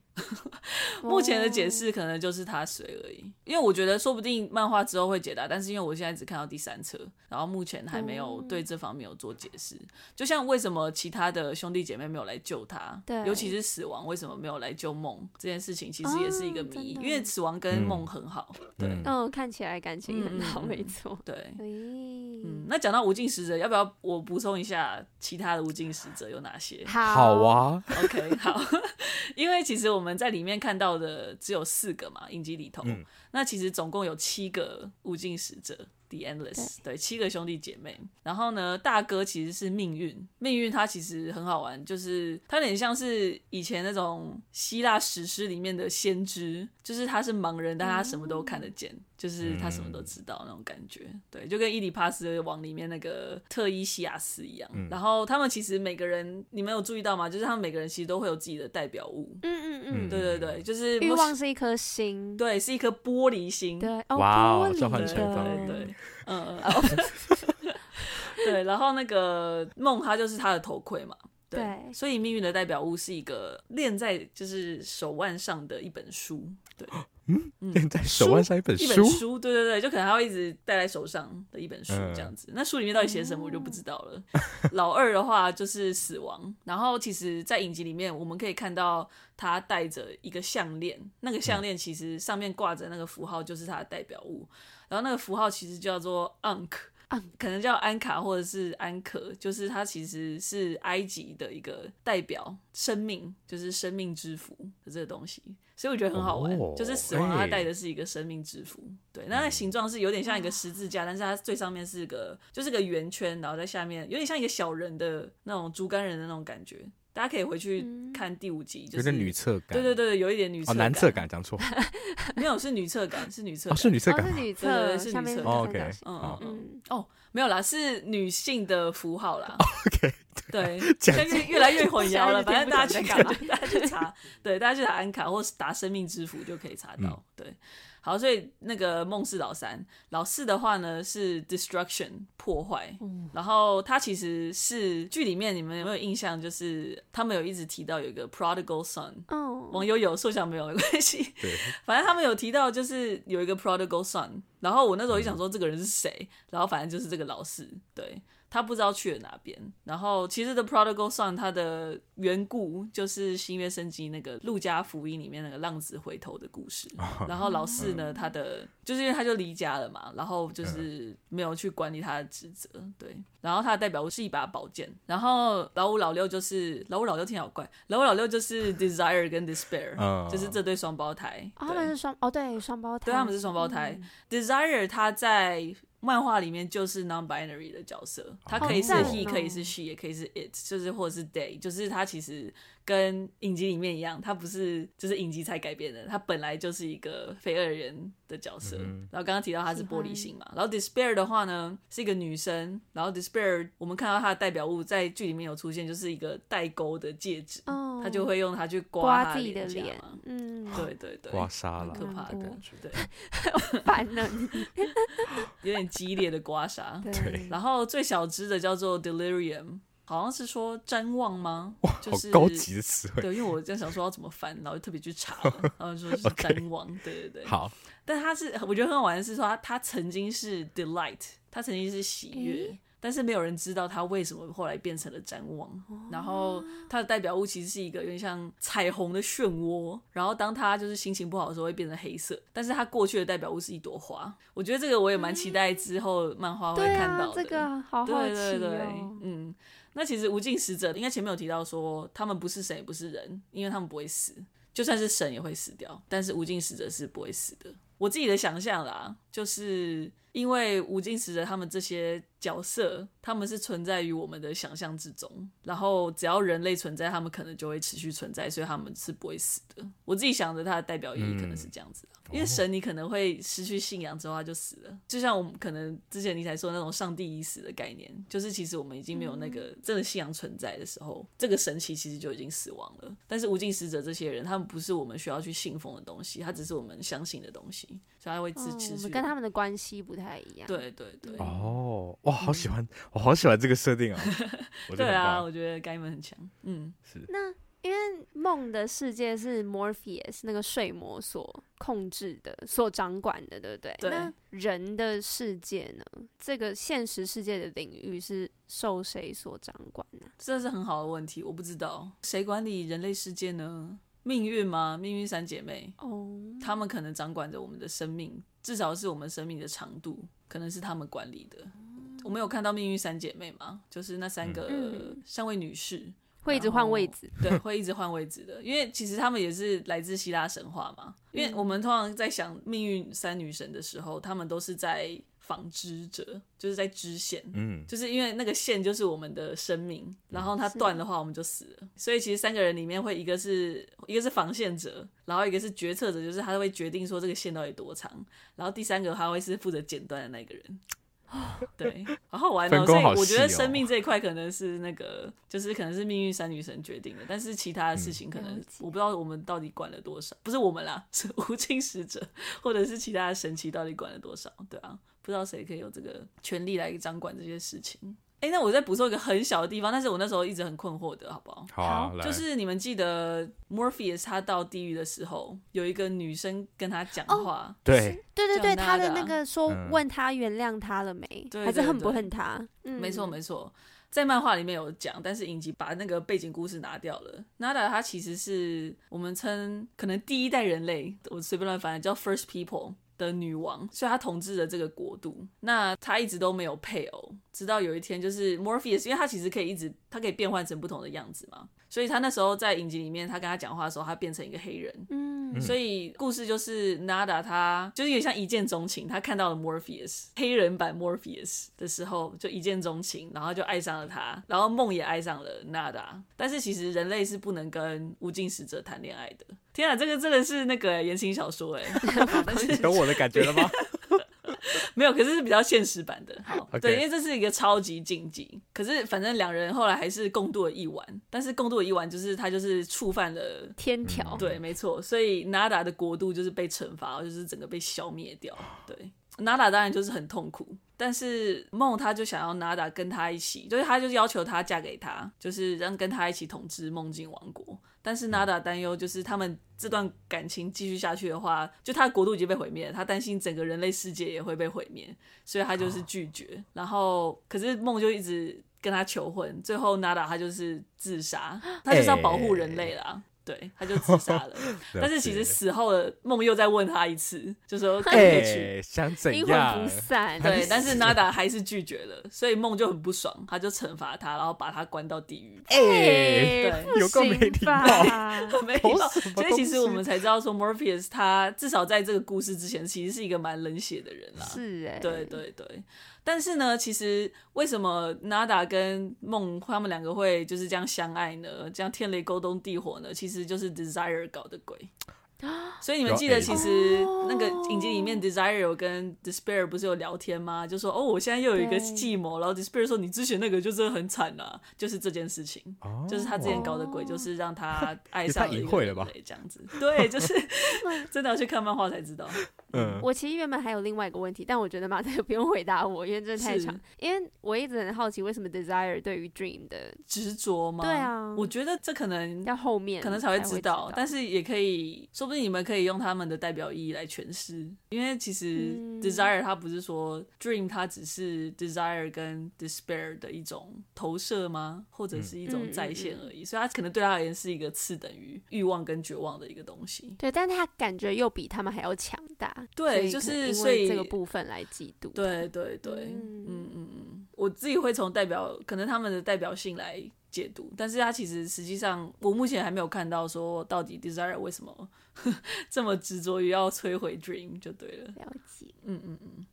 Speaker 2: 目前的解释可能就是他随而已，因为我觉得说不定漫画之后会解答，但是因为我现在只看到第三册，然后目前还没有
Speaker 3: 哦
Speaker 2: 对这方面有做解释。就像为什么其他的兄弟姐妹没有来救他，
Speaker 3: 对
Speaker 2: 尤其是死亡为什么没有来救梦这件事情，其实也是一个
Speaker 3: 哦
Speaker 2: 谜，
Speaker 3: 真的
Speaker 2: 因为死亡跟
Speaker 4: 嗯
Speaker 2: 梦很好，对
Speaker 4: 嗯，
Speaker 3: 哦。嗯，看起来感情很好，
Speaker 2: 嗯嗯嗯
Speaker 3: 没错。
Speaker 2: 对。
Speaker 3: 咦
Speaker 2: 嗯，那讲到无尽使者，要不要我补充一下其他的无尽使者有哪 (laughs) 些？
Speaker 3: 好，
Speaker 4: 好，啊，
Speaker 2: OK，好， (laughs) 因为其实我们在里面看到的只有四个嘛，影集里头，
Speaker 4: 嗯
Speaker 2: 那其实总共有七个无尽使者。The Endless，对七个兄弟姐妹。然后呢，大哥其实是命运，命运它其实很好玩，就是它有点像是以前那种希腊史诗里面的先知，就是他是盲人，但他什么都看得见，就是他什么都知道那种感觉。对，就跟伊底帕斯王里面那个特伊西亚斯一样。然后他们其实每个人，你们有注意到吗？就是他们每个人其实都会有自己的代表物。
Speaker 3: 嗯嗯
Speaker 2: 对对对，就是
Speaker 3: 嗯，欲望是一颗心，
Speaker 2: 对，是一颗玻璃心。
Speaker 3: 对，哦，
Speaker 4: 哇哦
Speaker 3: 玻璃
Speaker 4: 召唤
Speaker 2: 对
Speaker 4: 成功
Speaker 2: 对
Speaker 3: 的
Speaker 4: (laughs)
Speaker 3: (laughs)
Speaker 2: 对，嗯，嗯嗯对，然后那个梦，它就是他的头盔嘛。对，
Speaker 3: 对
Speaker 2: 所以命运的代表物是一个链在就是手腕上的一本书，对，
Speaker 4: 练在手腕上一本
Speaker 2: 一本书，对对对，就可能他会一直戴在手上的一本书
Speaker 4: 嗯
Speaker 2: 这样子。那书里面到底写什么我就不知道
Speaker 4: (laughs)
Speaker 2: 了。老二的话就是死亡，然后其实，在影集里面我们可以看到他戴着一个项链，那个
Speaker 4: 嗯
Speaker 2: 项链其实上面挂着那个符号就是他的代表物，然后那个符号其实叫做 Ankh。可能叫安卡或者是安可，就是它其实是埃及的一个代表生命，就是生命之符的这个东西，所以我觉得很好玩。
Speaker 4: 哦
Speaker 2: 就是死亡它
Speaker 4: 哎
Speaker 2: 带的是一个生命之符，对，那它的形状是有点像一个十字架，但是它最上面是个就是个圆圈，然后在下面有点像一个小人的那种竹竿人的那种感觉。大家可以回去看第五集，就
Speaker 4: 有
Speaker 2: 是
Speaker 4: 点女厕感，
Speaker 2: 对对对，对有一点女
Speaker 4: 哦，
Speaker 2: 侧
Speaker 4: 男厕，感讲
Speaker 2: (laughs)
Speaker 4: 错，
Speaker 2: 没有是女侧感，是女侧
Speaker 4: 哦
Speaker 2: 感，
Speaker 4: 是女厕
Speaker 3: 哦，
Speaker 4: 感
Speaker 3: 是
Speaker 4: 吗，
Speaker 3: 女
Speaker 2: 对对
Speaker 3: 厕，
Speaker 2: 是
Speaker 3: 下
Speaker 2: 女
Speaker 3: 面
Speaker 2: 厕
Speaker 3: 有个
Speaker 4: 哦
Speaker 3: 三角
Speaker 4: ，OK
Speaker 3: 形
Speaker 2: 嗯
Speaker 4: 好
Speaker 2: 嗯嗯。
Speaker 3: 嗯，
Speaker 2: 哦，没有啦，是女性的符号啦。
Speaker 4: (laughs) OK，
Speaker 2: 对，
Speaker 4: 讲
Speaker 2: 现在越越来越混淆了。反
Speaker 3: 现在有
Speaker 2: 正
Speaker 3: 点
Speaker 2: 大家去
Speaker 3: 不知道在干嘛
Speaker 2: 对大家去查，对，大家去查安卡或是打生命之符就可以查到。
Speaker 4: 嗯
Speaker 2: 对，好，所以那个梦是老三，老四的话呢是 destruction 破坏，
Speaker 3: 哦
Speaker 2: 然后他其实是剧里面你们有没有印象？就是他们有一直提到有一个 prodigal son。网
Speaker 3: 嗯，
Speaker 2: 友有，受想没有没关系，
Speaker 4: 对，
Speaker 2: (laughs) 反正他们有提到，就是有一个 prodigal son，然后我那时候就想说这个人是谁，然后反正就是这个老师，对他不知道去了哪边。然后其实 the prodigal son 他的缘故就是新约圣经那个路加福音里面那个浪子回头的故事。然后老四呢，他的就是因为他就离家了嘛，然后就是没有去管理他的职责，对。然后他的代表物是一把宝剑，然后老五老六就是老五老六听起来好怪，老五老六就是 desire 跟 despair，
Speaker 4: 嗯
Speaker 2: 哦就是这对双胞胎。
Speaker 3: 哦他
Speaker 2: 对
Speaker 3: 们是双哦，对，双胞胎，嗯
Speaker 2: 对，他们是双胞胎。Desire 他在漫画里面就是 non-binary 的角色，他可以是
Speaker 4: 好赞
Speaker 2: he，
Speaker 3: 哦
Speaker 2: 可以是 she，也可以是 it，就是或者是 they，就是他其实跟影集里面一样，他不是就是影集才改编的，他本来就是一个非二元的角色。
Speaker 4: 嗯
Speaker 2: 然后刚刚提到他是玻璃心嘛，然后 Despair 的话呢是一个女生，然后 Despair 我们看到她的代表物在剧里面有出现，就是一个带钩的戒指，
Speaker 3: 哦
Speaker 2: 她就会用它去刮
Speaker 3: 刮
Speaker 2: 她
Speaker 3: 自己的
Speaker 2: 颊
Speaker 3: 脸
Speaker 2: 嘛，
Speaker 3: 嗯，
Speaker 2: 对对对，
Speaker 4: 刮痧
Speaker 2: 很可
Speaker 4: 了，
Speaker 2: 怕的
Speaker 3: 嗯
Speaker 2: 感觉，对。
Speaker 3: (laughs) 烦了
Speaker 2: (laughs)
Speaker 3: 你，
Speaker 2: 有点激烈的刮痧。
Speaker 4: 对
Speaker 2: 然后最小只的叫做 delirium，好像是说瞻望吗？哇，就
Speaker 4: 好
Speaker 2: 是
Speaker 4: 高级的词汇，
Speaker 2: 对，因为我在想说要怎么翻，然后就特别去查
Speaker 4: (laughs)
Speaker 2: 了，然后说是
Speaker 4: OK
Speaker 2: 瞻望对对对。
Speaker 4: 好，
Speaker 2: 但他是我觉得很好玩的是说他，他曾经是 delight，他曾经是喜悦，但是没有人知道他为什么后来变成了展望。
Speaker 3: 哦
Speaker 2: 然后他的代表物其实是一个有点像彩虹的漩涡，然后当他就是心情不好的时候会变成黑色，但是他过去的代表物是一朵花。我觉得这个我也蛮期待之后漫画会
Speaker 3: 嗯对
Speaker 2: 看
Speaker 3: 啊
Speaker 2: 到，的。
Speaker 3: 这个好好奇
Speaker 2: 对对对
Speaker 3: 哦，，
Speaker 2: 嗯，那其实无尽使者应该前面有提到说，他们不是神也不是人，因为他们不会死，就算是神也会死掉，但是无尽使者是不会死的。我自己的想象啦，就是因为无尽使者他们这些角色，他们是存在于我们的想象之中，然后只要人类存在，他们可能就会持续存在，所以他们是不会死的。我自己想着它的代表意义可能是这样子、啊因为神你可能会失去信仰之后他就死了，就像我们可能之前尼采说的那种上帝已死的概念，就是其实我们已经没有那
Speaker 3: 嗯
Speaker 2: 个真的信仰存在的时候，这个神奇其实就已经死亡了。但是无尽使者这些人，他们不是我们需要去信奉的东西，它只是我们相信的东西，所以它会持
Speaker 3: 哦
Speaker 2: 持
Speaker 3: 我
Speaker 2: 续。
Speaker 3: 们跟他们的关系不太一样。，
Speaker 2: 对对对，
Speaker 3: 嗯
Speaker 4: 哦，哇，好喜欢，我好喜欢这个设定啊！我觉
Speaker 2: (laughs) 对
Speaker 4: 得很
Speaker 2: 啊，
Speaker 4: 棒
Speaker 2: 我觉得该们很强。嗯，
Speaker 4: 是
Speaker 3: 那因为梦的世界是 Morpheus 那个睡魔所控制的、所掌管的，对不对？
Speaker 2: 对
Speaker 3: 那人的世界呢？这个现实世界的领域是受谁所掌管呢、
Speaker 2: 这是很好的问题，我不知道谁管理人类世界呢？命运吗？命运三姐妹，
Speaker 3: 哦，
Speaker 2: 他们可能掌管着我们的生命，至少是我们生命的长度，可能是他们管理的。我们有看到《命运三姐妹》吗？就是那三个
Speaker 3: 嗯
Speaker 2: 三位女士，
Speaker 3: 会一直换位置。
Speaker 2: 对，会一直换位置的，因为其实他们也是来自希腊神话嘛。因为我们通常在想命运三女神的时候，他们都是在纺织者，就是在织线。
Speaker 4: 嗯，
Speaker 2: 就是因为那个线就是我们的生命，然后它断的话我们就死了。所以其实三个人里面会一个是一个是防线者，然后一个是决策者，就是他会决定说这个线到底多长，然后第三个他会是负责剪断的那
Speaker 4: (laughs)
Speaker 2: 个人。对，好好玩哦！
Speaker 4: 分工
Speaker 2: 所以
Speaker 4: 好
Speaker 2: 我觉得
Speaker 4: 细哦
Speaker 2: 生命这一块可能是那个，就是可能是命运三女神决定的，但是其他的事情可能
Speaker 4: 嗯
Speaker 3: 了解
Speaker 2: 我不知道我们到底管了多少，不是我们啦，是无尽使者或者是其他的神奇到底管了多少？对啊，不知道谁可以有这个权利来掌管这些事情。哎，那我再补充一个很小的地方，但是我那时候一直很困惑的，好不好？
Speaker 4: 好啊，
Speaker 3: 好
Speaker 4: 来
Speaker 2: 就是你们记得 Morpheus 他到地狱的时候，有一个女生跟他讲话，
Speaker 4: 对，
Speaker 3: 对对
Speaker 2: 长
Speaker 3: 对，他
Speaker 2: 大的
Speaker 3: 的
Speaker 2: 啊
Speaker 3: 那个说
Speaker 4: 嗯
Speaker 3: 问他原谅他了没，
Speaker 2: 对
Speaker 3: 还是
Speaker 2: 对
Speaker 3: 恨不
Speaker 2: 对
Speaker 3: 恨他？嗯，
Speaker 2: 没错没错，在漫画里面有讲，但是影集把那个背景故事拿掉了。Nada 他其实是我们称可能第一代人类，我随便乱翻叫 First People。的女王，所以她统治了这个国度。那她一直都没有配偶，直到有一天，就是 Morpheus，因为她其实可以一直，她可以变换成不同的样子嘛。所以她那时候在影集里面，她跟他讲话的时候，她变成一个黑人，
Speaker 3: 嗯，
Speaker 2: 所以故事就是 Nada 他就是有点像一见钟情，他看到了 Morpheus 黑人版 Morpheus 的时候就一见钟情，然后就爱上了他，然后梦也爱上了 Nada。但是其实人类是不能跟无尽使者谈恋爱的。天啊，这个真的是那个言情小说哎，但是
Speaker 4: 懂我的感觉了吗？
Speaker 2: 没有，可是是比较现实版的。好
Speaker 4: OK
Speaker 2: 对，因为这是一个超级禁忌。可是反正两人后来还是共度了一晚，但是共度了一晚就是他就是触犯了
Speaker 3: 天条，
Speaker 2: 对，没错，所以 Nada 的国度就是被惩罚，就是整个被消灭掉。对，Nada 当然就是很痛苦，但是梦他就想要 Nada 跟他一起，就是他就是要求他嫁给他，就是让跟他一起统治梦境王国。但是 Nada 担忧就是他们这段感情继续下去的话，就他的国度已经被毁灭了，他担心整个人类世界也会被毁灭，所以他就是拒绝。然后可是梦就一直跟他求婚，最后 Nada 他就是自杀，他就是要保护人类啦。对，他就自杀了。但是其实死后的梦又再问他一次，就说可不可以去。
Speaker 4: 哎，想怎
Speaker 3: 阴
Speaker 4: 样
Speaker 3: 魂不？散。
Speaker 2: 对，但是 Nada 还是拒绝了，所以梦就很不爽，他就惩罚他，然后把他关到地狱。
Speaker 4: 哎，
Speaker 3: 哎，
Speaker 4: 有够没礼貌
Speaker 2: (laughs)
Speaker 3: 貌。
Speaker 2: 没有
Speaker 4: 搞，什么
Speaker 2: 所以其实
Speaker 4: 东西
Speaker 2: 我们才知道说 Morpheus 他至少在这个故事之前其实是一个蛮冷血的人啦。
Speaker 3: 是哎，
Speaker 2: 对对对，但是呢，其实为什么 Nada 跟梦他们两个会就是这样相爱呢？这样天雷勾动地火呢？其实就是 Desire 搞的鬼。所以你们
Speaker 4: 有
Speaker 2: 记得，
Speaker 4: A
Speaker 2: 其实那个
Speaker 4: 哦
Speaker 2: 影集里面，Desire 有跟 Despair 不是有聊天吗？就说哦，我现在又有一个
Speaker 3: 对
Speaker 2: 计谋，然后 Despair 说你之前那个就真的很惨啊，就是这件事情。
Speaker 4: 哦
Speaker 2: 就是他之前搞的鬼，就是
Speaker 4: (laughs)
Speaker 2: 让他爱
Speaker 4: 也
Speaker 2: 上
Speaker 4: 太
Speaker 2: 了一
Speaker 4: 隐
Speaker 2: 个
Speaker 4: 晦
Speaker 2: 人
Speaker 4: 了吧
Speaker 2: 类这样子。对，就是 (laughs) 真的要去看漫画才知道。
Speaker 4: 嗯，
Speaker 3: 我其实原本还有另外一个问题，但我觉得马特不用回答我，因为这太
Speaker 2: 是
Speaker 3: 长。因为我一直很好奇，为什么 desire 对于 dream 的
Speaker 2: 执着吗？
Speaker 3: 对啊
Speaker 2: 我觉得这可能
Speaker 3: 要后面
Speaker 2: 可能才
Speaker 3: 才
Speaker 2: 会
Speaker 3: 会
Speaker 2: 知道，但是也可以，说不定你们可以用他们的代表意义来诠释，因为其实
Speaker 3: 嗯
Speaker 2: desire 它不是说 dream 它只是 desire 跟 despair 的一种投射吗？或
Speaker 4: 嗯
Speaker 2: 者是一
Speaker 3: 嗯
Speaker 2: 种再现而已，所以它可能对他而言是一个次等于欲望跟绝望的一个东西。
Speaker 3: 对，但他感觉又比他们还要强大。
Speaker 2: 对
Speaker 3: 所以可
Speaker 2: 就是
Speaker 3: 能因
Speaker 2: 所以
Speaker 3: 为这个部分来嫉妒。
Speaker 2: 对对对，
Speaker 3: 嗯
Speaker 2: 嗯嗯嗯，我我自己会从代表可能他们的代表性来解读，但是它其实实际上我目前还没有看到说到底 Desire 为什么 (laughs) 这么执着于要摧毁 Dream 就对了。
Speaker 3: 了解，
Speaker 2: 嗯嗯嗯，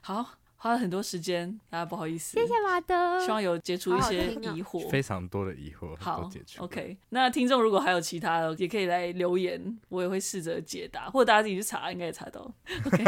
Speaker 2: 好，花了很多时间，大家不好意思，
Speaker 3: 谢谢马德，
Speaker 2: 希望有解除一些
Speaker 3: 好好听哦
Speaker 2: 疑惑。
Speaker 4: 非常多的疑惑
Speaker 2: 好
Speaker 4: 都解除了。
Speaker 2: ，OK。那听众如果还有其他的，也可以来留言，我也会试着解答，或者大家自己去查，应该也查到。OK，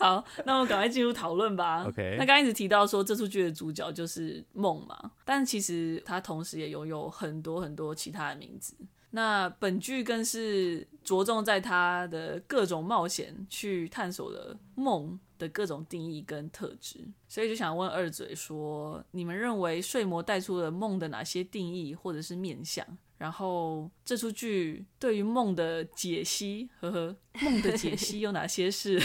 Speaker 2: 好， (laughs) 那我们赶快进入讨论吧。
Speaker 4: OK
Speaker 2: 那刚一直提到说这出剧的主角就是梦嘛，但其实他同时也拥有很多很多其他的名字。那本剧更是着重在他的各种冒险去探索了梦的各种定义跟特质，所以就想问二嘴说，你们认为睡魔带出了梦的哪些定义或者是面向？然后这出剧对于梦的解析，呵呵，梦 (laughs) 的解析有哪些
Speaker 3: (laughs)
Speaker 2: 是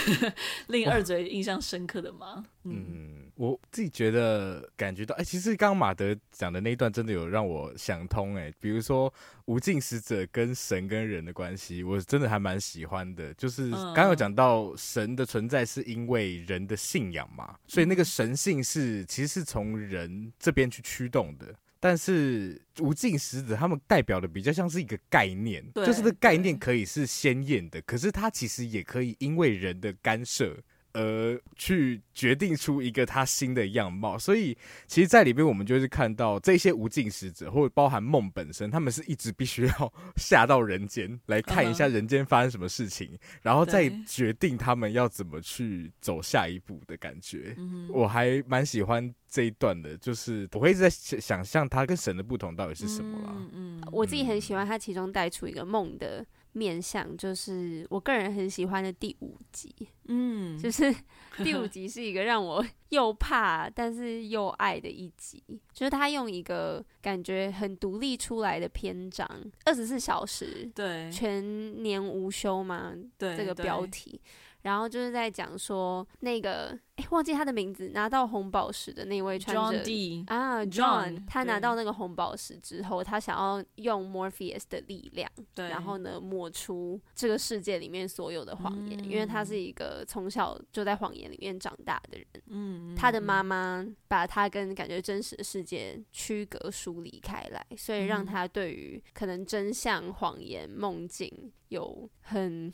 Speaker 2: 令二嘴印象深刻的吗？嗯，
Speaker 4: 嗯，我自己觉得感觉到，哎、其实刚刚马德讲的那一段真的有让我想通、哎，比如说无尽使者跟神跟人的关系，我真的还蛮喜欢的。就是
Speaker 2: 嗯
Speaker 4: 刚刚有讲到神的存在是因为人的信仰嘛，所以那个神性是其实是从人这边去驱动的。但是无尽使者他们代表的比较像是一个概念，
Speaker 2: 对
Speaker 4: 就是这概念
Speaker 2: 对
Speaker 4: 可以是鲜艳的，可是它其实也可以因为人的干涉而去决定出一个它新的样貌。所以，其实，在里面我们就是看到这些无尽使者，或者包含梦本身，他们是一直必须要 (laughs) 下到人间来看一下
Speaker 2: 嗯
Speaker 4: 人间发生什么事情，然后再
Speaker 2: 对
Speaker 4: 决定他们要怎么去走下一步的感觉。
Speaker 2: 嗯哼
Speaker 4: 我还蛮喜欢这一段的，就是我会一直在想想象它跟神的不同到底是什么啦。
Speaker 2: 嗯嗯，
Speaker 3: 我自己很喜欢它其中带出一个梦的面向，就是我个人很喜欢的第五集，
Speaker 2: 嗯，
Speaker 3: 就是 (laughs) 第
Speaker 2: (laughs)
Speaker 3: 五集是一个让我 (laughs) 又怕但是又爱的一集，就是他用一个感觉很独立出来的篇章，二十四小时
Speaker 2: 对
Speaker 3: 全年无休嘛，
Speaker 2: 对
Speaker 3: 这个
Speaker 2: 对
Speaker 3: 标题。然后就是在讲说那个，哎，忘记他的名字，拿到红宝石的那位穿着
Speaker 2: John D，
Speaker 3: 啊
Speaker 2: John，
Speaker 3: ，John，他
Speaker 2: 对
Speaker 3: 拿到那个红宝石之后，他想要用 Morpheus 的力量，
Speaker 2: 对，
Speaker 3: 然后呢抹除这个世界里面所有的谎言，因为他
Speaker 2: 嗯
Speaker 3: 是一个从小就在谎言里面长大的人。
Speaker 2: 嗯，嗯
Speaker 3: 他的妈妈把他跟感觉真实的世界区隔疏离开来，所以让
Speaker 2: 嗯
Speaker 3: 他对于可能真相、谎言、梦境有很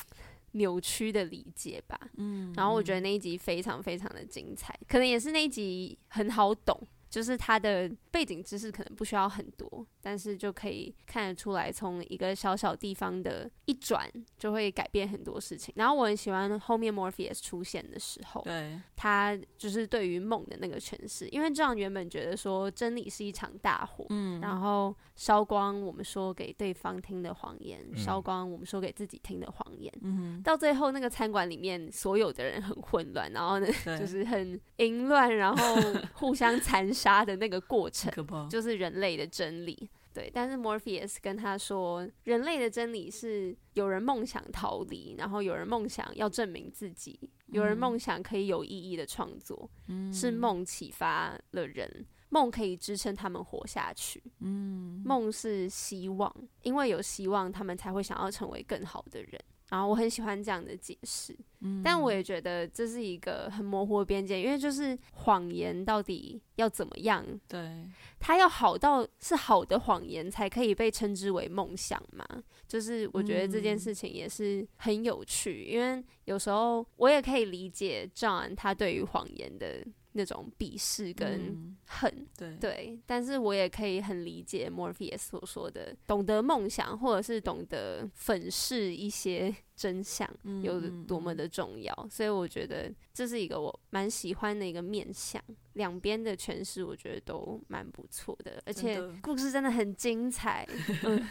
Speaker 3: 扭曲的理解吧。
Speaker 2: 嗯，
Speaker 3: 然后我觉得那一集非常非常的精彩，可能也是那一集很好懂，就是它的背景知识可能不需要很多，但是就可以看得出来，从一个小小地方的一转，就会改变很多事情。然后我很喜欢后面 Morpheus 出现的时候，
Speaker 2: 对，
Speaker 3: 他就是对于梦的那个诠释，因为这样原本觉得说真理是一场大火，
Speaker 2: 嗯，
Speaker 3: 然后烧光我们说给对方听的谎言，
Speaker 4: 嗯
Speaker 3: 烧光我们说给自己听的谎言。
Speaker 2: 嗯
Speaker 3: 到最后那个餐馆里面，所有的人很混乱，然后呢，
Speaker 2: 哼，对，
Speaker 3: (laughs) 就是很淫乱，然后互相残杀的那个过
Speaker 2: 很
Speaker 3: 程，
Speaker 2: 可怕，
Speaker 3: 就是人类的真理。对，但是 Morpheus 跟他说，人类的真理是有人梦想逃离，然后有人梦想要证明自己，有人
Speaker 2: 嗯
Speaker 3: 梦想可以有意义的创作，是梦启发了人，梦可以支撑他们活下去。
Speaker 2: 嗯，
Speaker 3: 梦是希望，因为有希望，他们才会想要成为更好的人。然后我很喜欢这样的解释，
Speaker 2: 嗯，
Speaker 3: 但我也觉得这是一个很模糊的边界，因为就是谎言到底要怎么样，
Speaker 2: 对，
Speaker 3: 它要好到是好的谎言才可以被称之为梦想嘛？就是我觉得这件事情也是很有趣，因为有时候我也可以理解 John 他对于谎言的那种鄙视跟
Speaker 2: 嗯
Speaker 3: 恨，
Speaker 2: 对
Speaker 3: 对，但是我也可以很理解 Morpheus 所说的，懂得梦想或者是懂得粉饰一些真相
Speaker 2: 嗯
Speaker 3: 有
Speaker 2: 嗯
Speaker 3: 多么
Speaker 2: 嗯
Speaker 3: 的重要，所以我觉得这是一个我蛮喜欢的一个面向，两边的诠释我觉得都蛮不错的，而
Speaker 2: 真
Speaker 3: 且
Speaker 2: 的
Speaker 3: 故事真的很精 (laughs) 彩，嗯，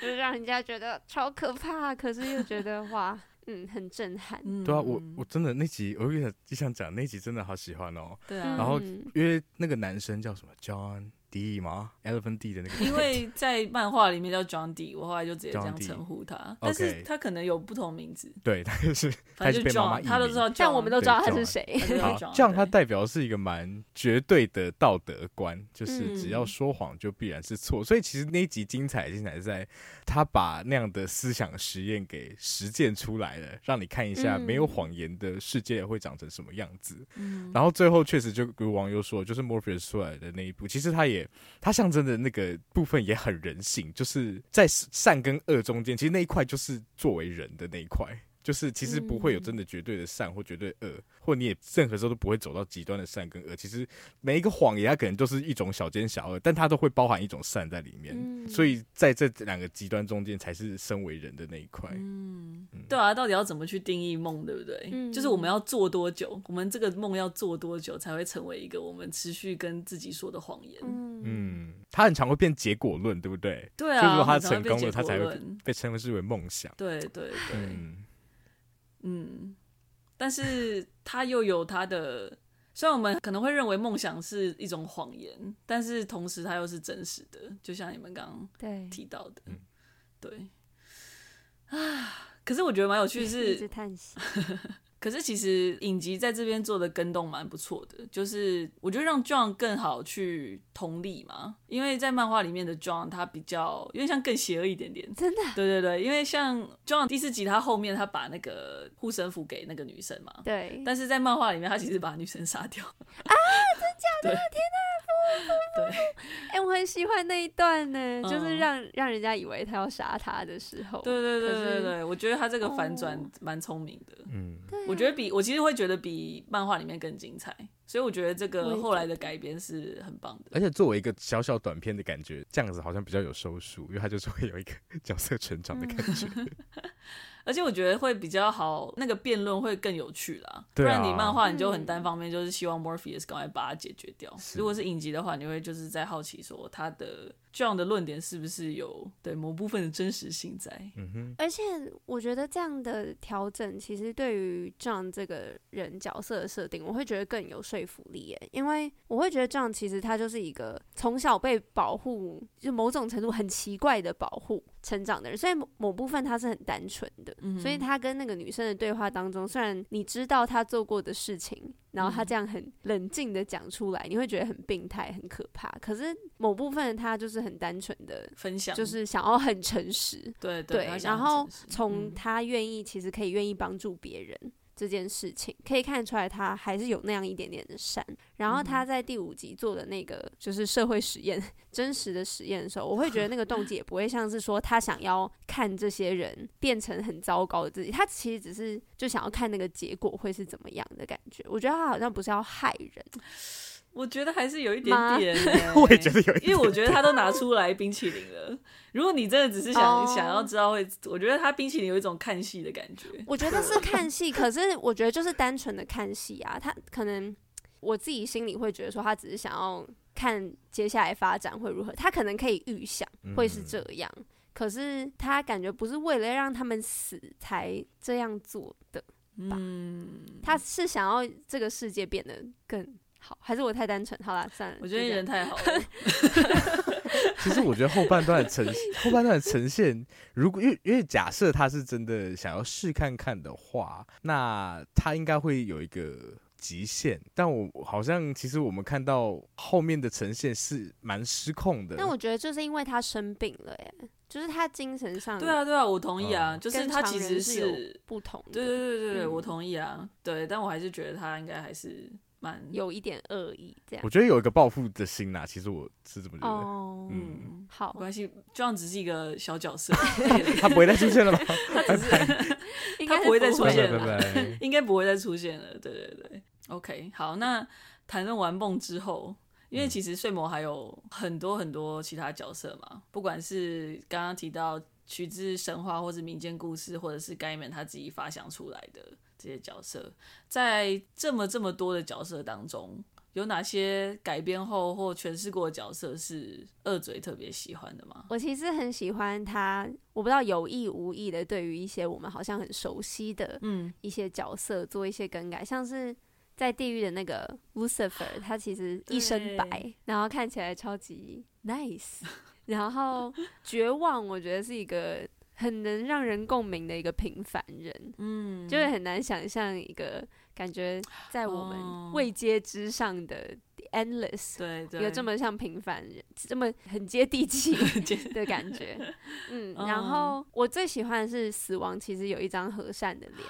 Speaker 3: 就是让人家觉得超可怕，可是又觉得哇，嗯，很震撼，
Speaker 2: 嗯
Speaker 4: 对啊，我
Speaker 2: 嗯
Speaker 4: 我真的那集，我就想就想讲那集真的好喜欢哦，
Speaker 2: 对啊，
Speaker 3: 嗯
Speaker 4: 然后
Speaker 3: 嗯
Speaker 4: 因为那个男生叫什么 John D 吗？Elephant D 的那个，
Speaker 2: 因为在漫画里面叫 John D，我后来就直接这
Speaker 4: John
Speaker 2: 样
Speaker 4: D
Speaker 2: 称呼他，但是他可能有不同名字，
Speaker 4: 对，他就是他
Speaker 2: 反
Speaker 4: 是
Speaker 2: 正
Speaker 4: 被
Speaker 2: 就
Speaker 4: 妈妈
Speaker 2: John，
Speaker 4: 译
Speaker 2: 他都
Speaker 4: 名
Speaker 2: 知道 John，
Speaker 3: 但我们都知道他是
Speaker 4: 对
Speaker 3: 谁。
Speaker 2: 他就啊叫
Speaker 4: 好
Speaker 2: John，，
Speaker 4: 这样它
Speaker 2: 对
Speaker 4: 代表是一个蛮绝对的道德观，就是
Speaker 3: 嗯
Speaker 4: 只要说谎就必然是错。所以其实那一集精彩精彩是在他把那样的思想实验给实践出来了，让你看一下
Speaker 3: 嗯
Speaker 4: 没有谎言的世界会长成什么样子。
Speaker 2: 嗯
Speaker 4: 然后最后确实就如网友说，就是 Morpheus 出来的那一部，其实它也它象征的那个部分也很人性，就是在善跟恶中间，其实那一块就是作为人的那一块，就是其实不会有
Speaker 3: 嗯
Speaker 4: 真的绝对的善或绝对恶，或你也任何时候都不会走到极端的善跟恶。其实每一个谎言，它可能都是一种小奸小恶，但它都会包含一种善在里面。
Speaker 3: 嗯
Speaker 4: 所以在这两个极端中间，才是身为人的那一块。
Speaker 2: 嗯，对啊，到底要怎么去定义梦，对不对？
Speaker 3: 嗯
Speaker 2: 就是我们要做多久，我们这个梦要做多久才会成为一个我们持续跟自己说的谎言？
Speaker 3: 嗯，
Speaker 4: 嗯，它很常会变结果论，对不对？
Speaker 2: 对
Speaker 4: 就是
Speaker 2: 啊，
Speaker 4: 说他
Speaker 2: 很常
Speaker 4: 成
Speaker 2: 被
Speaker 4: 功
Speaker 2: 结
Speaker 4: 了，他
Speaker 2: 果
Speaker 4: 才会
Speaker 2: 论
Speaker 4: 被称为视为梦想。
Speaker 2: 对对对，
Speaker 4: 嗯，
Speaker 2: 嗯，但是他又有他的，虽然我们可能会认为梦想是一种谎言，但是同时它又是真实的，就像你们刚刚
Speaker 3: 对，
Speaker 2: 提到的，
Speaker 4: 嗯
Speaker 2: 对啊。可是我觉得蛮有趣的
Speaker 3: (laughs) 一
Speaker 2: 是，
Speaker 3: 直叹息。
Speaker 2: 可是其实影集在这边做的跟动蛮不错的，就是我觉得让 John 更好去同理嘛，因为在漫画里面的 John 他比较有点像更邪恶一点点。
Speaker 3: 真的，
Speaker 2: 对对对，因为像 John 第四集他后面他把那个护身符给那个女生嘛，
Speaker 3: 对，
Speaker 2: 但是在漫画里面他其实把女生杀掉啊，真假的？天哪！不不不！对
Speaker 3: 哎、我很喜欢那一段呢，就是
Speaker 2: 嗯
Speaker 3: 让让人家以为他要杀他的时候。
Speaker 2: 对对
Speaker 3: 可
Speaker 2: 对
Speaker 3: 是
Speaker 2: 对对，我觉得他这个反转
Speaker 3: 哦
Speaker 2: 蛮聪明的。
Speaker 4: 嗯，
Speaker 3: 对啊
Speaker 2: 我觉得比我其实会觉得比漫画里面更精彩，所以我觉得这
Speaker 3: 我也
Speaker 2: 个
Speaker 3: 觉
Speaker 2: 后来的
Speaker 3: 得
Speaker 2: 改编是很棒的。
Speaker 4: 而且作为一个小小短片的感觉，这样子好像比较有收束，因为它就是会有一个 (laughs) 角色成
Speaker 3: 嗯
Speaker 4: 长的
Speaker 3: 啊
Speaker 4: 感觉。
Speaker 2: 而且我觉得会比较好，那个辩论会更有趣啦。
Speaker 4: 对啊
Speaker 2: 不然你漫画你就很单方面，就是希望 Morpheus 赶快把它解决掉。
Speaker 4: 是
Speaker 2: 如果是影集的话，你会就是在好奇说他的这样的论点是不是有对某部分的真实性在？
Speaker 4: 嗯哼，
Speaker 3: 而且我觉得这样的调整，其实对于 John 这个人角色的设定，我会觉得更有说服力耶。因为我会觉得 John 其实他就是一个从小被保护，就某种程度很奇怪的保护成长的人，所以某某部分他是很单纯的。
Speaker 2: 嗯
Speaker 3: 所以他跟那个女生的对话当中，虽然你知道他做过的事情，然后他
Speaker 2: 嗯
Speaker 3: 这样很冷静的讲出来，你会觉得很病态、很可怕。可是某部分他就是很单纯的，
Speaker 2: 分享
Speaker 3: 就是想要很诚实，
Speaker 2: 对
Speaker 3: 对
Speaker 2: 他，想要
Speaker 3: 然后
Speaker 2: 证实
Speaker 3: 从
Speaker 2: 嗯
Speaker 3: 他愿意，其实可以愿意帮助别人这件事情，可以看得出来他还是有那样一点点的善。然后他在第五集做的那个就是社会实验、 (laughs) 真实的实验的时候，我会觉得那个动机也不会像是说他想要看这些人变成很糟糕的自己，他其实只是就想要看那个结果会是怎么样的感觉。我觉得他好像不是要害人，
Speaker 2: 我觉得还是有一
Speaker 3: 妈
Speaker 2: 点点欸、
Speaker 4: (laughs) 我也觉得有一
Speaker 2: 因为我觉得他都拿出来冰淇淋了。如果你真的只是想、
Speaker 3: 哦
Speaker 2: 想要知道会，我觉得他冰淇淋有一种看戏的感觉。
Speaker 3: 我觉得是看戏，可是我觉得就是单纯的看戏啊。他可能我自己心里会觉得说，他只是想要看接下来发展会如何，他可能可以预想
Speaker 4: 嗯
Speaker 3: (laughs) 会是这样，可是他感觉不是为了让他们死才这样做的，
Speaker 2: 嗯，
Speaker 3: 他是想要这个世界变得更好，还是我太单纯？好啦，算了，
Speaker 2: 我觉得
Speaker 3: 就
Speaker 2: 你
Speaker 3: 这
Speaker 2: 人
Speaker 3: 样
Speaker 2: 太好了。
Speaker 4: 其实我觉得后半段的
Speaker 3: (laughs)
Speaker 4: 呈后半段的呈现，如果因为因为假设他是真的想要试看看的话，那他应该会有一个极限。但我好像其实我们看到后面的呈现是蛮失控的。
Speaker 3: 但我觉得就是因为他生病了，哎，就是他精神上
Speaker 2: 对啊，对啊，我同意啊，就是
Speaker 3: 嗯跟
Speaker 2: 他
Speaker 3: 常
Speaker 2: 其
Speaker 3: 人
Speaker 2: 实
Speaker 3: 是
Speaker 2: 是，
Speaker 3: 有不同的，
Speaker 2: 对对对对对，
Speaker 3: 嗯
Speaker 2: 我同意啊，对，但我还是觉得他应该还是蛮，
Speaker 3: 有一点恶意这样
Speaker 4: 我。觉得有一个报复的心呐、其实我是这么觉得。
Speaker 3: 哦，
Speaker 2: 嗯，
Speaker 3: 好
Speaker 2: 没，关系，这样只是一个小角
Speaker 3: (laughs)
Speaker 2: 色，
Speaker 4: 他不会再出现了吗？
Speaker 2: (laughs)
Speaker 3: 应
Speaker 2: 他 (laughs)
Speaker 3: 该
Speaker 2: 不会
Speaker 3: 是
Speaker 2: 再出
Speaker 4: 拜 (laughs)
Speaker 2: 现
Speaker 4: 拜
Speaker 2: 了
Speaker 4: 拜拜。
Speaker 2: 应该不会再出现了。对对对，OK，好，那谈论完梦之后，因为其实睡魔还有很多很多其他角色嘛，不管是刚刚提到取自神话或是民间故事，或者是盖门他自己发想出来的这些角色，在这么这么多的角色当中。有哪些改编后或诠释过的角色是二嘴特别喜欢的吗？
Speaker 3: 我其实很喜欢他，我不知道有意无意的对于一些我们好像很熟悉的
Speaker 2: 嗯
Speaker 3: 一些角色做一些更改，像是。在地狱的那个
Speaker 2: (gasps)
Speaker 3: Lucifer，他其实一身白，然后看起来超级 nice，然后绝望，我觉得是一个很能让人共鸣的一个平凡人，
Speaker 2: 嗯，
Speaker 3: 就会很难想象一个感觉在我
Speaker 2: 哦
Speaker 3: 们位阶之上的 endless，、
Speaker 2: 对对，
Speaker 3: 一个这么像平凡人，这么很接地气
Speaker 2: 接
Speaker 3: 的感
Speaker 2: (laughs)
Speaker 3: 觉，嗯，
Speaker 2: 嗯
Speaker 3: 然后我最喜欢的是死亡，其实有一张和善的脸。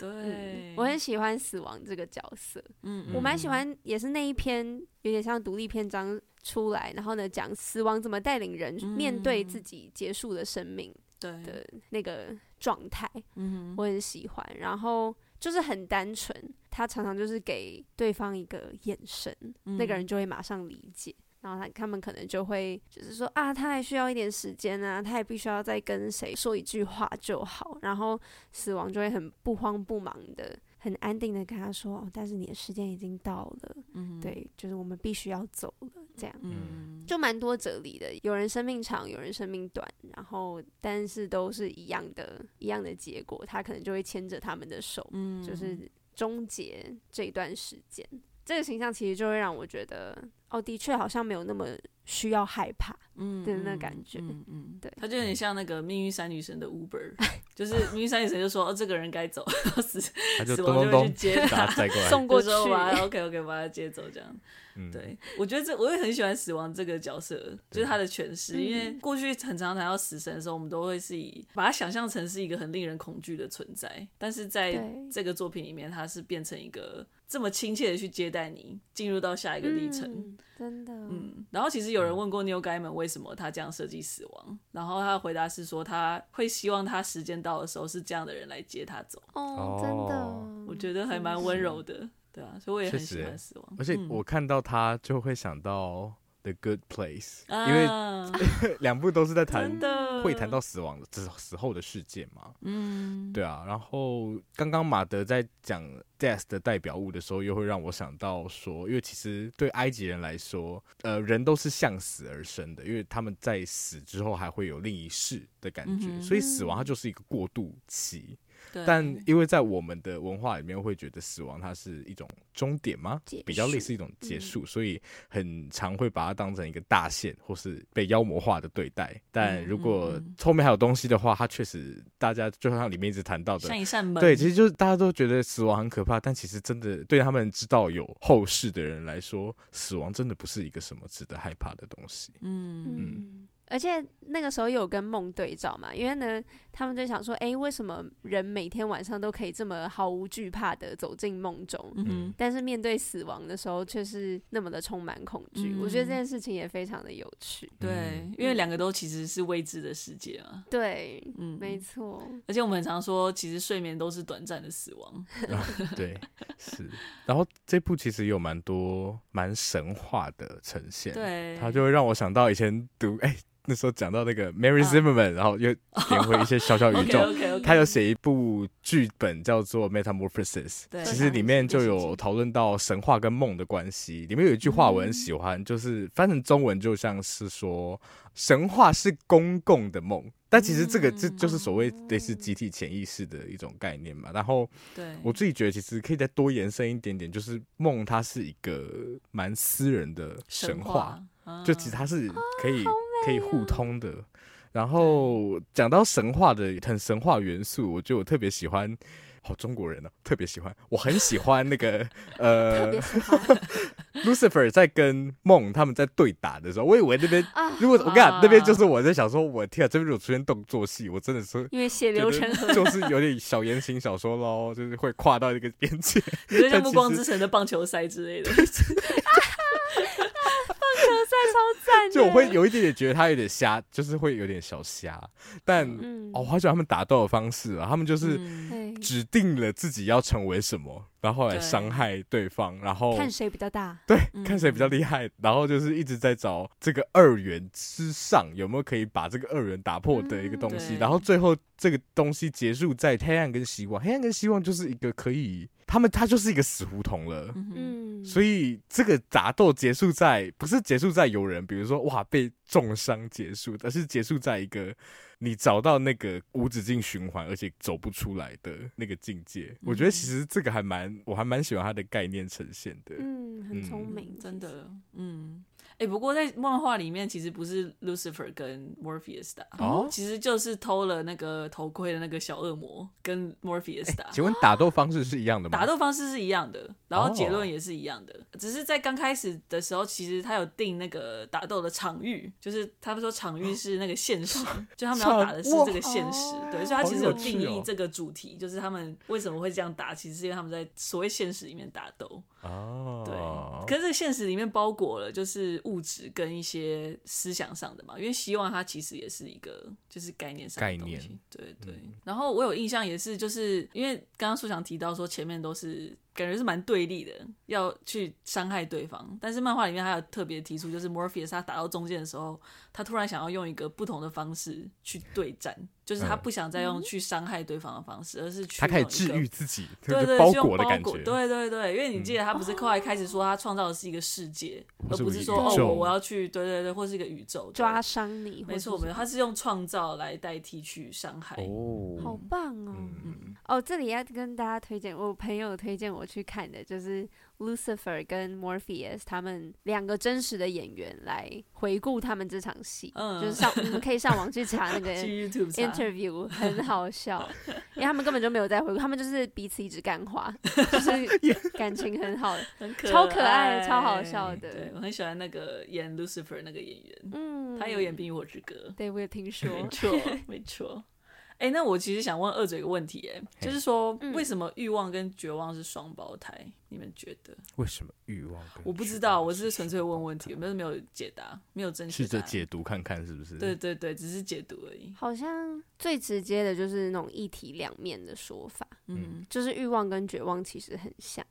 Speaker 2: 对
Speaker 3: 嗯，，我很喜欢死亡这个角色，
Speaker 2: 嗯，
Speaker 3: 我蛮
Speaker 2: 嗯
Speaker 3: 喜欢，也是那一篇有点像独立篇章出来，然后呢讲死亡怎么带领人面对自己结束的生命
Speaker 2: 嗯对
Speaker 3: 的那个状态，
Speaker 2: 嗯哼
Speaker 3: 我很喜欢。然后就是很单纯，他常常就是给对方一个眼神，
Speaker 2: 嗯
Speaker 3: 那个人就会马上理解。然后他他们可能就会就是说啊，他还需要一点时间啊，他也必须要再跟谁说一句话就好。然后死亡就会很不慌不忙的、很安定的跟他说，哦，但是你的时间已经到了，
Speaker 2: 嗯，
Speaker 3: 对，就是我们必须要走了，这样。
Speaker 2: 嗯，
Speaker 3: 就蛮多哲理的，有人生命长，有人生命短，然后但是都是一样的，一样的结果，他可能就会牵着他们的手，
Speaker 2: 嗯，
Speaker 3: 就是终结这一段时间。这个形象其实就会让我觉得，哦，的确好像没有那么需要害怕。
Speaker 2: 嗯
Speaker 3: 的那感觉
Speaker 2: 嗯嗯，
Speaker 3: 对
Speaker 2: 他就有点像那个命运三女神的
Speaker 3: (laughs)
Speaker 2: Uber，就是命运三女神就说哦，这个人该走，然后死
Speaker 4: 他就
Speaker 2: 死
Speaker 4: 咚
Speaker 2: 亡
Speaker 4: 咚
Speaker 2: 就会去
Speaker 4: 咚，
Speaker 2: 接
Speaker 4: 把
Speaker 2: 他
Speaker 4: 他。载过来。
Speaker 3: 送过去
Speaker 2: 就，说
Speaker 3: (laughs)
Speaker 2: 把 OK OK 把他接走这样，
Speaker 4: 嗯，
Speaker 2: 对我觉得这我也很喜欢死亡这个角色，就是他的诠释，
Speaker 3: 嗯
Speaker 2: 因为过去很常谈到死神的时候，我们都会是以把它想象成是一个很令人恐惧的存在，但是在
Speaker 3: 对
Speaker 2: 这个作品里面，他是变成一个这么亲切的去接待你，进入到下一个历程，
Speaker 3: 嗯真的，
Speaker 2: 嗯，然后其实有人问过 Neil Gaiman 为什么他这样设计死亡，然后他的回答是说他会希望他时间到的时候是这样的人来接他走，
Speaker 3: 哦，真
Speaker 4: 哦
Speaker 3: 的，
Speaker 2: 我觉得还蛮温柔的，对啊，所以我也很
Speaker 4: 确实
Speaker 2: 喜欢
Speaker 4: 欸
Speaker 2: 死亡，
Speaker 4: 而且
Speaker 2: 嗯
Speaker 4: 我看到他就会想到 The Good Place，因为
Speaker 2: 啊、
Speaker 4: 两部都是在谈
Speaker 2: 真的
Speaker 4: (laughs) 会谈到死亡死死后的世界嘛。
Speaker 2: 嗯，
Speaker 4: 对啊，然后刚刚马德在讲 death 的代表物的时候，又会让我想到说，因为其实对埃及人来说，呃，人都是向死而生的，因为他们在死之后还会有另一世的感觉，
Speaker 2: 嗯哼
Speaker 4: 所以死亡它就是一个过渡期。
Speaker 2: 对，
Speaker 4: 但因为在我们的文化里面，会觉得死亡它是一种终点吗
Speaker 3: 结束？
Speaker 4: 比较类似一种
Speaker 2: 嗯
Speaker 4: 结束，所以很常会把它当成一个大限，或是被妖魔化的对待。但如果
Speaker 2: 嗯嗯
Speaker 4: 后面还有东西的话，它确实大家就像里面一直谈到的
Speaker 2: 像。一扇门，
Speaker 4: 对，其实就是大家都觉得死亡很可怕，但其实真的对他们知道有后世的人来说，死亡真的不是一个什么值得害怕的东西。
Speaker 2: 嗯
Speaker 3: 嗯
Speaker 4: 嗯，
Speaker 3: 而且那个时候有跟梦对照嘛，因为呢，他们就想说，哎，为什么人每天晚上都可以这么毫无惧怕的走进梦中？
Speaker 2: 嗯哼，
Speaker 3: 但是面对死亡的时候，却是那么的充满恐惧。
Speaker 2: 嗯
Speaker 3: 我觉得这件事情也非常的有趣。
Speaker 2: 对，因为两个都其实是未知的世界嘛，
Speaker 3: 对，
Speaker 2: 嗯，
Speaker 4: (laughs)
Speaker 3: 没错，
Speaker 2: 而且我们很常说，其实睡眠都是短暂的死亡，
Speaker 4: 嗯
Speaker 2: (laughs)
Speaker 4: 对，是。然后这部其实有蛮多蛮神话的呈现，，
Speaker 2: 对，
Speaker 4: 它就会让我想到以前读，哎、那时候讲到那个 Mary Zimmerman，、然后又连回一些小小宇
Speaker 2: OK
Speaker 4: 宙。
Speaker 2: OK OK，
Speaker 4: 他有写一部剧本叫做《Metamorphosis
Speaker 2: 对》，
Speaker 4: 其实里面就有讨论到神话跟梦的关系。里面有一句话我很喜欢，就是翻成中文就像是说，神话是公共的梦。但其实这个这
Speaker 2: 嗯
Speaker 4: 就是所谓类似集体潜意识的一种概念嘛。然后
Speaker 2: 对，
Speaker 4: 我自己觉得其实可以再多延伸一点点，就是梦它是一个蛮私人的神话，，
Speaker 3: 嗯
Speaker 2: 啊
Speaker 4: 就其实它是可
Speaker 3: 哦
Speaker 4: 以、
Speaker 3: 啊
Speaker 4: 可以互通的。然后讲到神话的很神话元素，我觉得我特别喜欢，好、中国人哦，特别喜欢，我很喜欢那
Speaker 3: (laughs)
Speaker 4: 个
Speaker 3: 特
Speaker 4: 呃
Speaker 3: 别喜欢
Speaker 4: Lucifer 在跟梦他们在对打的时候，我以为那边
Speaker 3: 啊，
Speaker 4: 如果我跟你
Speaker 2: 啊
Speaker 4: 讲那边就是我在想说，我天啊，这边如果出现动作戏，我真的是 (laughs)
Speaker 3: 因为血流成河，
Speaker 4: 就是有点小言情小说喽，就是会跨到一个边
Speaker 3: (laughs)
Speaker 4: 界。
Speaker 2: 你说
Speaker 4: 但
Speaker 2: 像《暮
Speaker 4: 其
Speaker 2: 光
Speaker 4: 实
Speaker 2: 之城》的棒球赛之类的，
Speaker 3: 超赞的。
Speaker 4: 就我会有一点点觉得他有点瞎，就是会有点小瞎。但、
Speaker 3: 嗯
Speaker 4: 哦，我好喜欢他们打斗的方式啊，他们 (laughs) 就是
Speaker 2: 嗯
Speaker 3: 对
Speaker 4: 指定了自己要成为什么，然后来
Speaker 2: 对
Speaker 4: 伤害对方，然后
Speaker 3: 看谁比较大。
Speaker 4: 对
Speaker 2: 嗯
Speaker 4: 看谁比较厉害，然后就是一直在找这个二元之上有没有可以把这个二元打破的一个东西，
Speaker 2: 嗯对
Speaker 4: 然后最后这个东西结束在黑暗跟希望，黑暗跟希望就是一个可以他们他就是一个死胡同了。
Speaker 2: 嗯
Speaker 3: 嗯，
Speaker 4: 所以这个打斗结束在不是结束在有人，比如说哇被重伤结束，而是结束在一个你找到那个无止境循环，而且走不出来的那个境界。
Speaker 2: 嗯
Speaker 4: 我觉得其实这个还蛮，我还蛮喜欢它的概念呈现的。
Speaker 3: 嗯，很聪
Speaker 4: 嗯
Speaker 3: 明，
Speaker 2: 真
Speaker 3: 其实。
Speaker 2: 的，嗯，哎、不过在漫画里面其实不是 Lucifer 跟 Morpheus 打，
Speaker 4: 哦
Speaker 2: 其实就是偷了那个头盔的那个小恶魔跟 Morpheus 打。
Speaker 4: 请问打斗方式是一样的吗？
Speaker 2: 啊打斗方式是一样的，然后结
Speaker 4: 哦
Speaker 2: 论也是一样的只是在刚开始的时候，其实他有定那个打斗的场域，就是他们说场域是那个
Speaker 4: (laughs)
Speaker 2: 现实，就他们要打的是这个现实，对，所以他其实有
Speaker 4: 好
Speaker 2: 定
Speaker 4: 有趣
Speaker 2: 义
Speaker 4: 哦
Speaker 2: 这个主题，就是他们为什么会这样打，其实是因为他们在所谓现实里面打斗，对。
Speaker 4: 哦，
Speaker 2: 可是这个现实里面包裹了就是物质跟一些思想上的嘛，因为希望它其实也是一个就是概念上的
Speaker 4: 概
Speaker 2: 东西
Speaker 4: 念，嗯
Speaker 2: 对对。然后我有印象也是，就是因为刚刚素强提到说前面都是感觉是蛮对立的，要去伤害对方，但是漫画里面还有特别提出，就是 Morpheus 他打到中间的时候，他突然想要用一个不同的方式去对战，就是他
Speaker 4: 嗯
Speaker 2: 不想再用去伤害对方的方式，而是去
Speaker 4: 他开始
Speaker 2: 用一
Speaker 4: 治
Speaker 2: 个
Speaker 4: 愈自己，
Speaker 2: 对
Speaker 4: 就
Speaker 2: 对，
Speaker 4: 是包
Speaker 2: 是用
Speaker 4: 裹的
Speaker 2: 包
Speaker 4: 感觉。
Speaker 2: 对对对，因为你记得他
Speaker 3: 哦
Speaker 2: 不是后来开始说他创造的是一个世界，
Speaker 4: 或
Speaker 2: 而
Speaker 4: 是
Speaker 2: 不
Speaker 4: 一
Speaker 2: 是
Speaker 4: 个
Speaker 2: 说
Speaker 3: 宇
Speaker 2: 哦
Speaker 4: 宙
Speaker 2: 我我要去对对对，或是一个宇宙对
Speaker 3: 抓伤你，
Speaker 2: 没错，没错，他是用创造来代替去伤害。
Speaker 3: 有，好
Speaker 4: 哦，
Speaker 3: 棒哦！
Speaker 4: 嗯，
Speaker 3: 哦，这里要跟大家推荐，我朋友推荐我去看的，就是 Lucifer 跟 Morpheus 他们两个真实的演员来回顾他们这场戏，
Speaker 2: 嗯
Speaker 3: 就是上你们可以上网去查
Speaker 4: (laughs)
Speaker 3: 那个
Speaker 2: (laughs) 去 YouTube 查
Speaker 3: interview，很好笑，因为他们根本就没有在回顾，他们就是彼此一直干话，
Speaker 2: (laughs)
Speaker 3: 就是感情很好，
Speaker 2: 很 (laughs) 可
Speaker 3: 超可爱超好笑的
Speaker 2: 对我很喜欢那个演 Lucifer 那个演员，
Speaker 3: 嗯，
Speaker 2: 他有演《冰与火之歌》。
Speaker 3: 对我有听说，
Speaker 2: 没错， (laughs) 没错。哎、那我其实想问二嘴一个问题、哎，
Speaker 4: 嘿
Speaker 2: 就是说
Speaker 3: 嗯
Speaker 2: 为什么欲望跟绝望是双胞胎？你们觉得？
Speaker 4: 为什么欲望跟
Speaker 2: 我不
Speaker 4: 绝
Speaker 2: 知道，
Speaker 4: 望
Speaker 2: 我只是纯粹问问题，没有没有解答，没有正确
Speaker 4: 试着
Speaker 2: 答案。
Speaker 4: 解读看看是不是？
Speaker 2: 对，对对，只是解读而已。
Speaker 3: 好像最直接的就是那种一体两面的说法，
Speaker 2: 嗯
Speaker 3: 就是欲望跟绝望其实很像，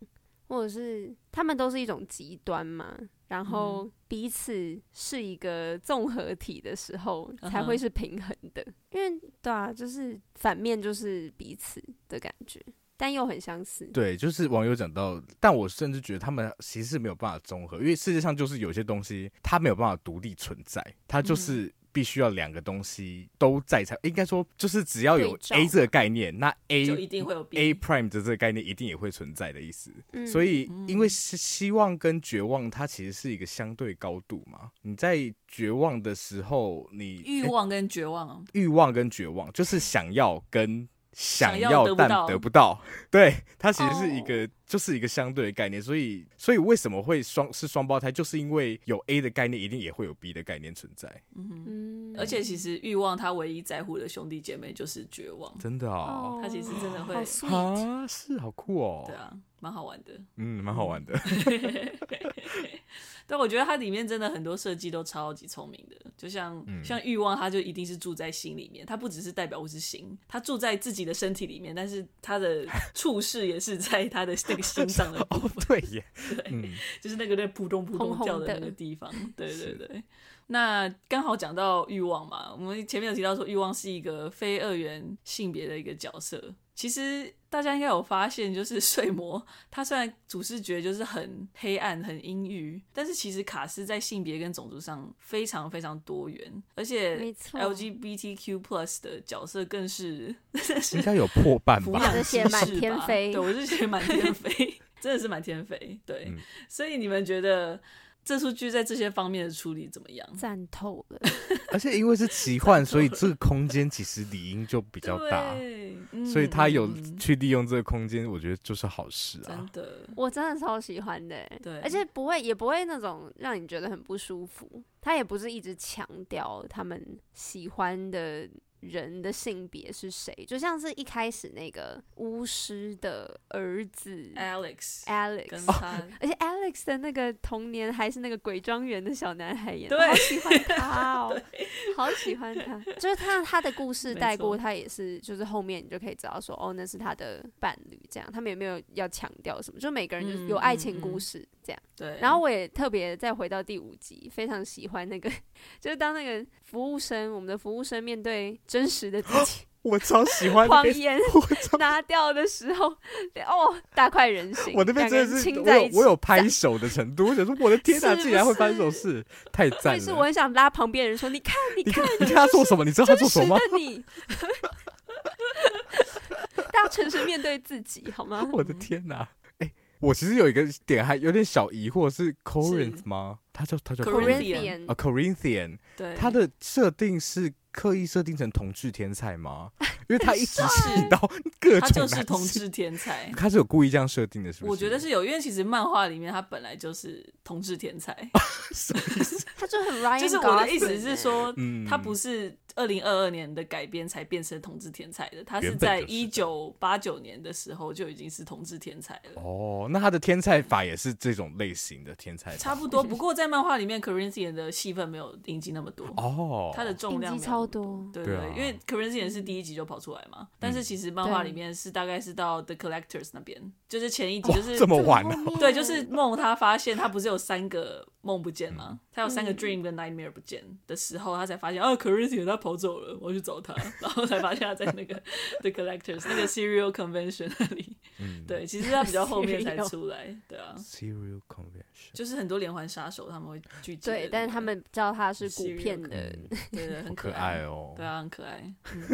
Speaker 3: 或者是他们都是一种极端嘛，然
Speaker 2: 嗯
Speaker 3: 后彼此是一个综合体的时候
Speaker 2: 嗯哼
Speaker 3: 才会是平衡的，因为对啊，就是反面就是彼此的感觉，但又很相似。
Speaker 4: 对，就是网友讲到，但我甚至觉得他们其实是没有办法综合，因为世界上就是有些东西它没有办法独立存在，它
Speaker 3: 嗯
Speaker 4: 就是必须要两个东西都在才，应该说就是只要有
Speaker 3: 对照
Speaker 4: A 这个概念，那
Speaker 2: 就一
Speaker 4: 嗯 A
Speaker 2: 定会有 B。
Speaker 4: A prime 的这个概念一定也会存在的意思。
Speaker 3: 嗯
Speaker 4: 所以，因为希希望跟绝望，它其实是一个相对高度嘛。你在绝望的时候，你
Speaker 2: 欲望跟绝望啊，
Speaker 4: 欲望跟绝望，就是想要跟想
Speaker 2: 想要
Speaker 4: 要
Speaker 2: 得不
Speaker 4: 但
Speaker 2: 到哦
Speaker 4: 得不到， (laughs) 对，它其实是一个、就是一个相对的概念，所以所以为什么会双是双胞胎，就是因为有 A 的概念，一定也会有 B 的概念存在，
Speaker 3: 嗯
Speaker 2: 而且其实欲望他唯一在乎的兄弟姐妹就是绝望，
Speaker 4: 真的哦，
Speaker 2: 他其实真的会
Speaker 3: 好 sweet，
Speaker 4: 啊，是好酷哦，
Speaker 2: 对啊，蛮好玩的。
Speaker 4: 嗯，蛮好玩
Speaker 2: (laughs)
Speaker 4: 的，
Speaker 2: 但我觉得它里面真的很多设计都超级聪明的，就像、
Speaker 4: 嗯
Speaker 2: 像欲望，它就一定是住在心里面，它不只是代表物质心，它住在自己的身体里面，但是它的 (laughs) 处事也是在他的那个心
Speaker 4: (laughs)
Speaker 2: 上的部
Speaker 4: 哦
Speaker 2: 分。，
Speaker 4: 对耶，
Speaker 2: 就是那个在扑通扑通
Speaker 3: 红
Speaker 2: 叫
Speaker 3: 红
Speaker 2: 的
Speaker 3: 的
Speaker 2: 那个地
Speaker 3: (laughs)
Speaker 2: 方。对对对。那刚好讲到欲望嘛，我们前面有提到说欲望是一个非二元性别的一个角色。其实大家应该有发现，就是 (laughs) 睡魔他虽然主视觉就是很黑暗、很阴郁，但是其实卡斯在性别跟种族上非常非常多元，而且
Speaker 3: 没错
Speaker 2: LGBTQ plus 的角色更是
Speaker 4: 应该有破半
Speaker 2: (laughs) 抚
Speaker 4: 吧
Speaker 2: 养，
Speaker 3: 的血
Speaker 2: 知
Speaker 3: 满
Speaker 2: 识
Speaker 3: 天
Speaker 2: 吧
Speaker 3: 飞
Speaker 2: 对我是写满天飞，真的是满天飞。对，
Speaker 4: 嗯
Speaker 2: 所以你们觉得这出剧在这些方面的处理怎么样？
Speaker 3: 赞透了，
Speaker 4: 而且因为是奇
Speaker 2: (laughs)
Speaker 4: 幻，所以这个空间其实理应就比较大。
Speaker 2: 对，嗯
Speaker 4: 所以他有
Speaker 2: 嗯嗯
Speaker 4: 去利用这个空间，我觉得就是好事啊
Speaker 2: 真。的，
Speaker 3: 我真的超喜欢的欸，
Speaker 2: 对
Speaker 3: 而且不会也不会那种让你觉得很不舒服。他也不是一直强调他们喜欢的人的性别是谁，就像是一开始那个巫师的儿子
Speaker 2: 哎 Alex 跟
Speaker 3: 嗯 Alex，哦
Speaker 2: 他。
Speaker 3: 而且 Alex 的那个童年还是那个鬼庄园的小男孩演，
Speaker 2: 对
Speaker 3: 好喜欢他
Speaker 4: (laughs)
Speaker 3: 哦，好喜欢他。就是他他的故事
Speaker 2: 没
Speaker 3: 带过，
Speaker 2: 错
Speaker 3: 他也是，就是后面你就可以知道说，哦，那是他的伴侣，这样他们也没有要强调什么，就每个人就是
Speaker 2: 嗯
Speaker 3: 有爱情
Speaker 2: 嗯
Speaker 3: 故
Speaker 2: 嗯
Speaker 3: 事这样。
Speaker 2: 对，
Speaker 3: 然后我也特别再回到第五集，非常
Speaker 4: 哦
Speaker 3: (laughs) 喜欢那个，就是当那个服务生，我们的服务生面对真实的自己，
Speaker 4: 我超喜欢那
Speaker 3: 谎
Speaker 4: 边，
Speaker 3: 言
Speaker 4: 我超
Speaker 3: 拿掉的时候，哦，大快人心。
Speaker 4: 我那边
Speaker 3: 两个
Speaker 4: 真
Speaker 3: 人
Speaker 4: 的是
Speaker 3: 亲
Speaker 4: 我
Speaker 3: 在一
Speaker 4: 有
Speaker 3: 起，
Speaker 4: 我有拍手的程度，我想说我的天哪，
Speaker 3: 是
Speaker 4: 竟然会
Speaker 3: 不
Speaker 4: 发生这种
Speaker 3: 是
Speaker 4: 事，太
Speaker 3: 我
Speaker 4: 赞
Speaker 3: 也是，我
Speaker 4: 了！
Speaker 3: 很想拉旁边人说：“你看，你
Speaker 4: 你
Speaker 2: (laughs)
Speaker 3: 看
Speaker 4: 看，你看他做什么？你知道他做
Speaker 3: 真实
Speaker 4: 什么吗
Speaker 3: 的？你。” (laughs) 大家诚实面对自己，好吗？
Speaker 4: 我的天哪！哎、我其实有一个点还有点小疑惑，是 Corinth 吗？他叫他叫 Corinth
Speaker 2: Corinth Corinthian
Speaker 4: 啊，Corinthian，
Speaker 2: 对，
Speaker 4: 他的设定是刻意设定成同志天才吗？因为他一直吸引到各
Speaker 2: 他
Speaker 4: 种
Speaker 2: 就是
Speaker 4: 男
Speaker 2: 同
Speaker 4: 性，。
Speaker 2: 志天才
Speaker 4: 他 (laughs) 是有故意这样设定的，是不是？
Speaker 2: 我觉得是有，因为其实漫画里面他本来就是同志天才，
Speaker 3: 他就很 Ryan，
Speaker 2: 就是我的意思
Speaker 3: Gosling
Speaker 2: 是说，
Speaker 4: 嗯
Speaker 2: 他不是二零二二年的改编才变成同志天才的，他是
Speaker 4: 原本
Speaker 2: 在
Speaker 4: 就是
Speaker 2: 一九八九年的时候就已经是同志天才了。
Speaker 4: 哦，那他的天才法也是这种类型的天才法，(laughs)
Speaker 2: 差不多，不过在漫画里面，Corinthian 的戏份没有影集那么多，
Speaker 4: 哦，
Speaker 2: 他的重量
Speaker 3: 影
Speaker 2: 没
Speaker 3: 集
Speaker 2: 有那么
Speaker 3: 超多，
Speaker 2: 对
Speaker 4: 对啊
Speaker 2: 对，
Speaker 4: 嗯
Speaker 2: 因为 Corinthian 是第一集就跑出来嘛，但是其实漫画里面是大概是到 The Collectors 那边，就是前一集
Speaker 4: 哇
Speaker 2: 就是
Speaker 4: 这么晚
Speaker 2: 啊
Speaker 3: 这么后
Speaker 4: 哦，
Speaker 2: (laughs)
Speaker 3: 面
Speaker 2: 对，就是梦他发现他不是有三个梦不见
Speaker 4: 嗯
Speaker 2: 吗？他有三
Speaker 3: 嗯
Speaker 2: 个 dream 跟 nightmare 不见的时候，他才发现哦 c o r i n t h i a 他跑走了，我要去找他， (laughs) 然后才发现他在
Speaker 4: (laughs)
Speaker 2: 那个 The Collectors 那个 Serial Convention 那里。
Speaker 4: 嗯，
Speaker 2: (laughs) 对，其实他比较后面
Speaker 3: (laughs)
Speaker 2: 才
Speaker 3: Serial
Speaker 2: 出来，对啊，
Speaker 4: ，serial convention，
Speaker 2: 就是很多连环杀手他们会聚集的那个，
Speaker 3: 对，但是他们知道他是古
Speaker 2: Serial
Speaker 3: 片的，
Speaker 4: 嗯，
Speaker 2: 对对很
Speaker 4: 好可
Speaker 2: 爱
Speaker 4: 爱。哦，
Speaker 2: 对啊，很可爱。
Speaker 3: 真的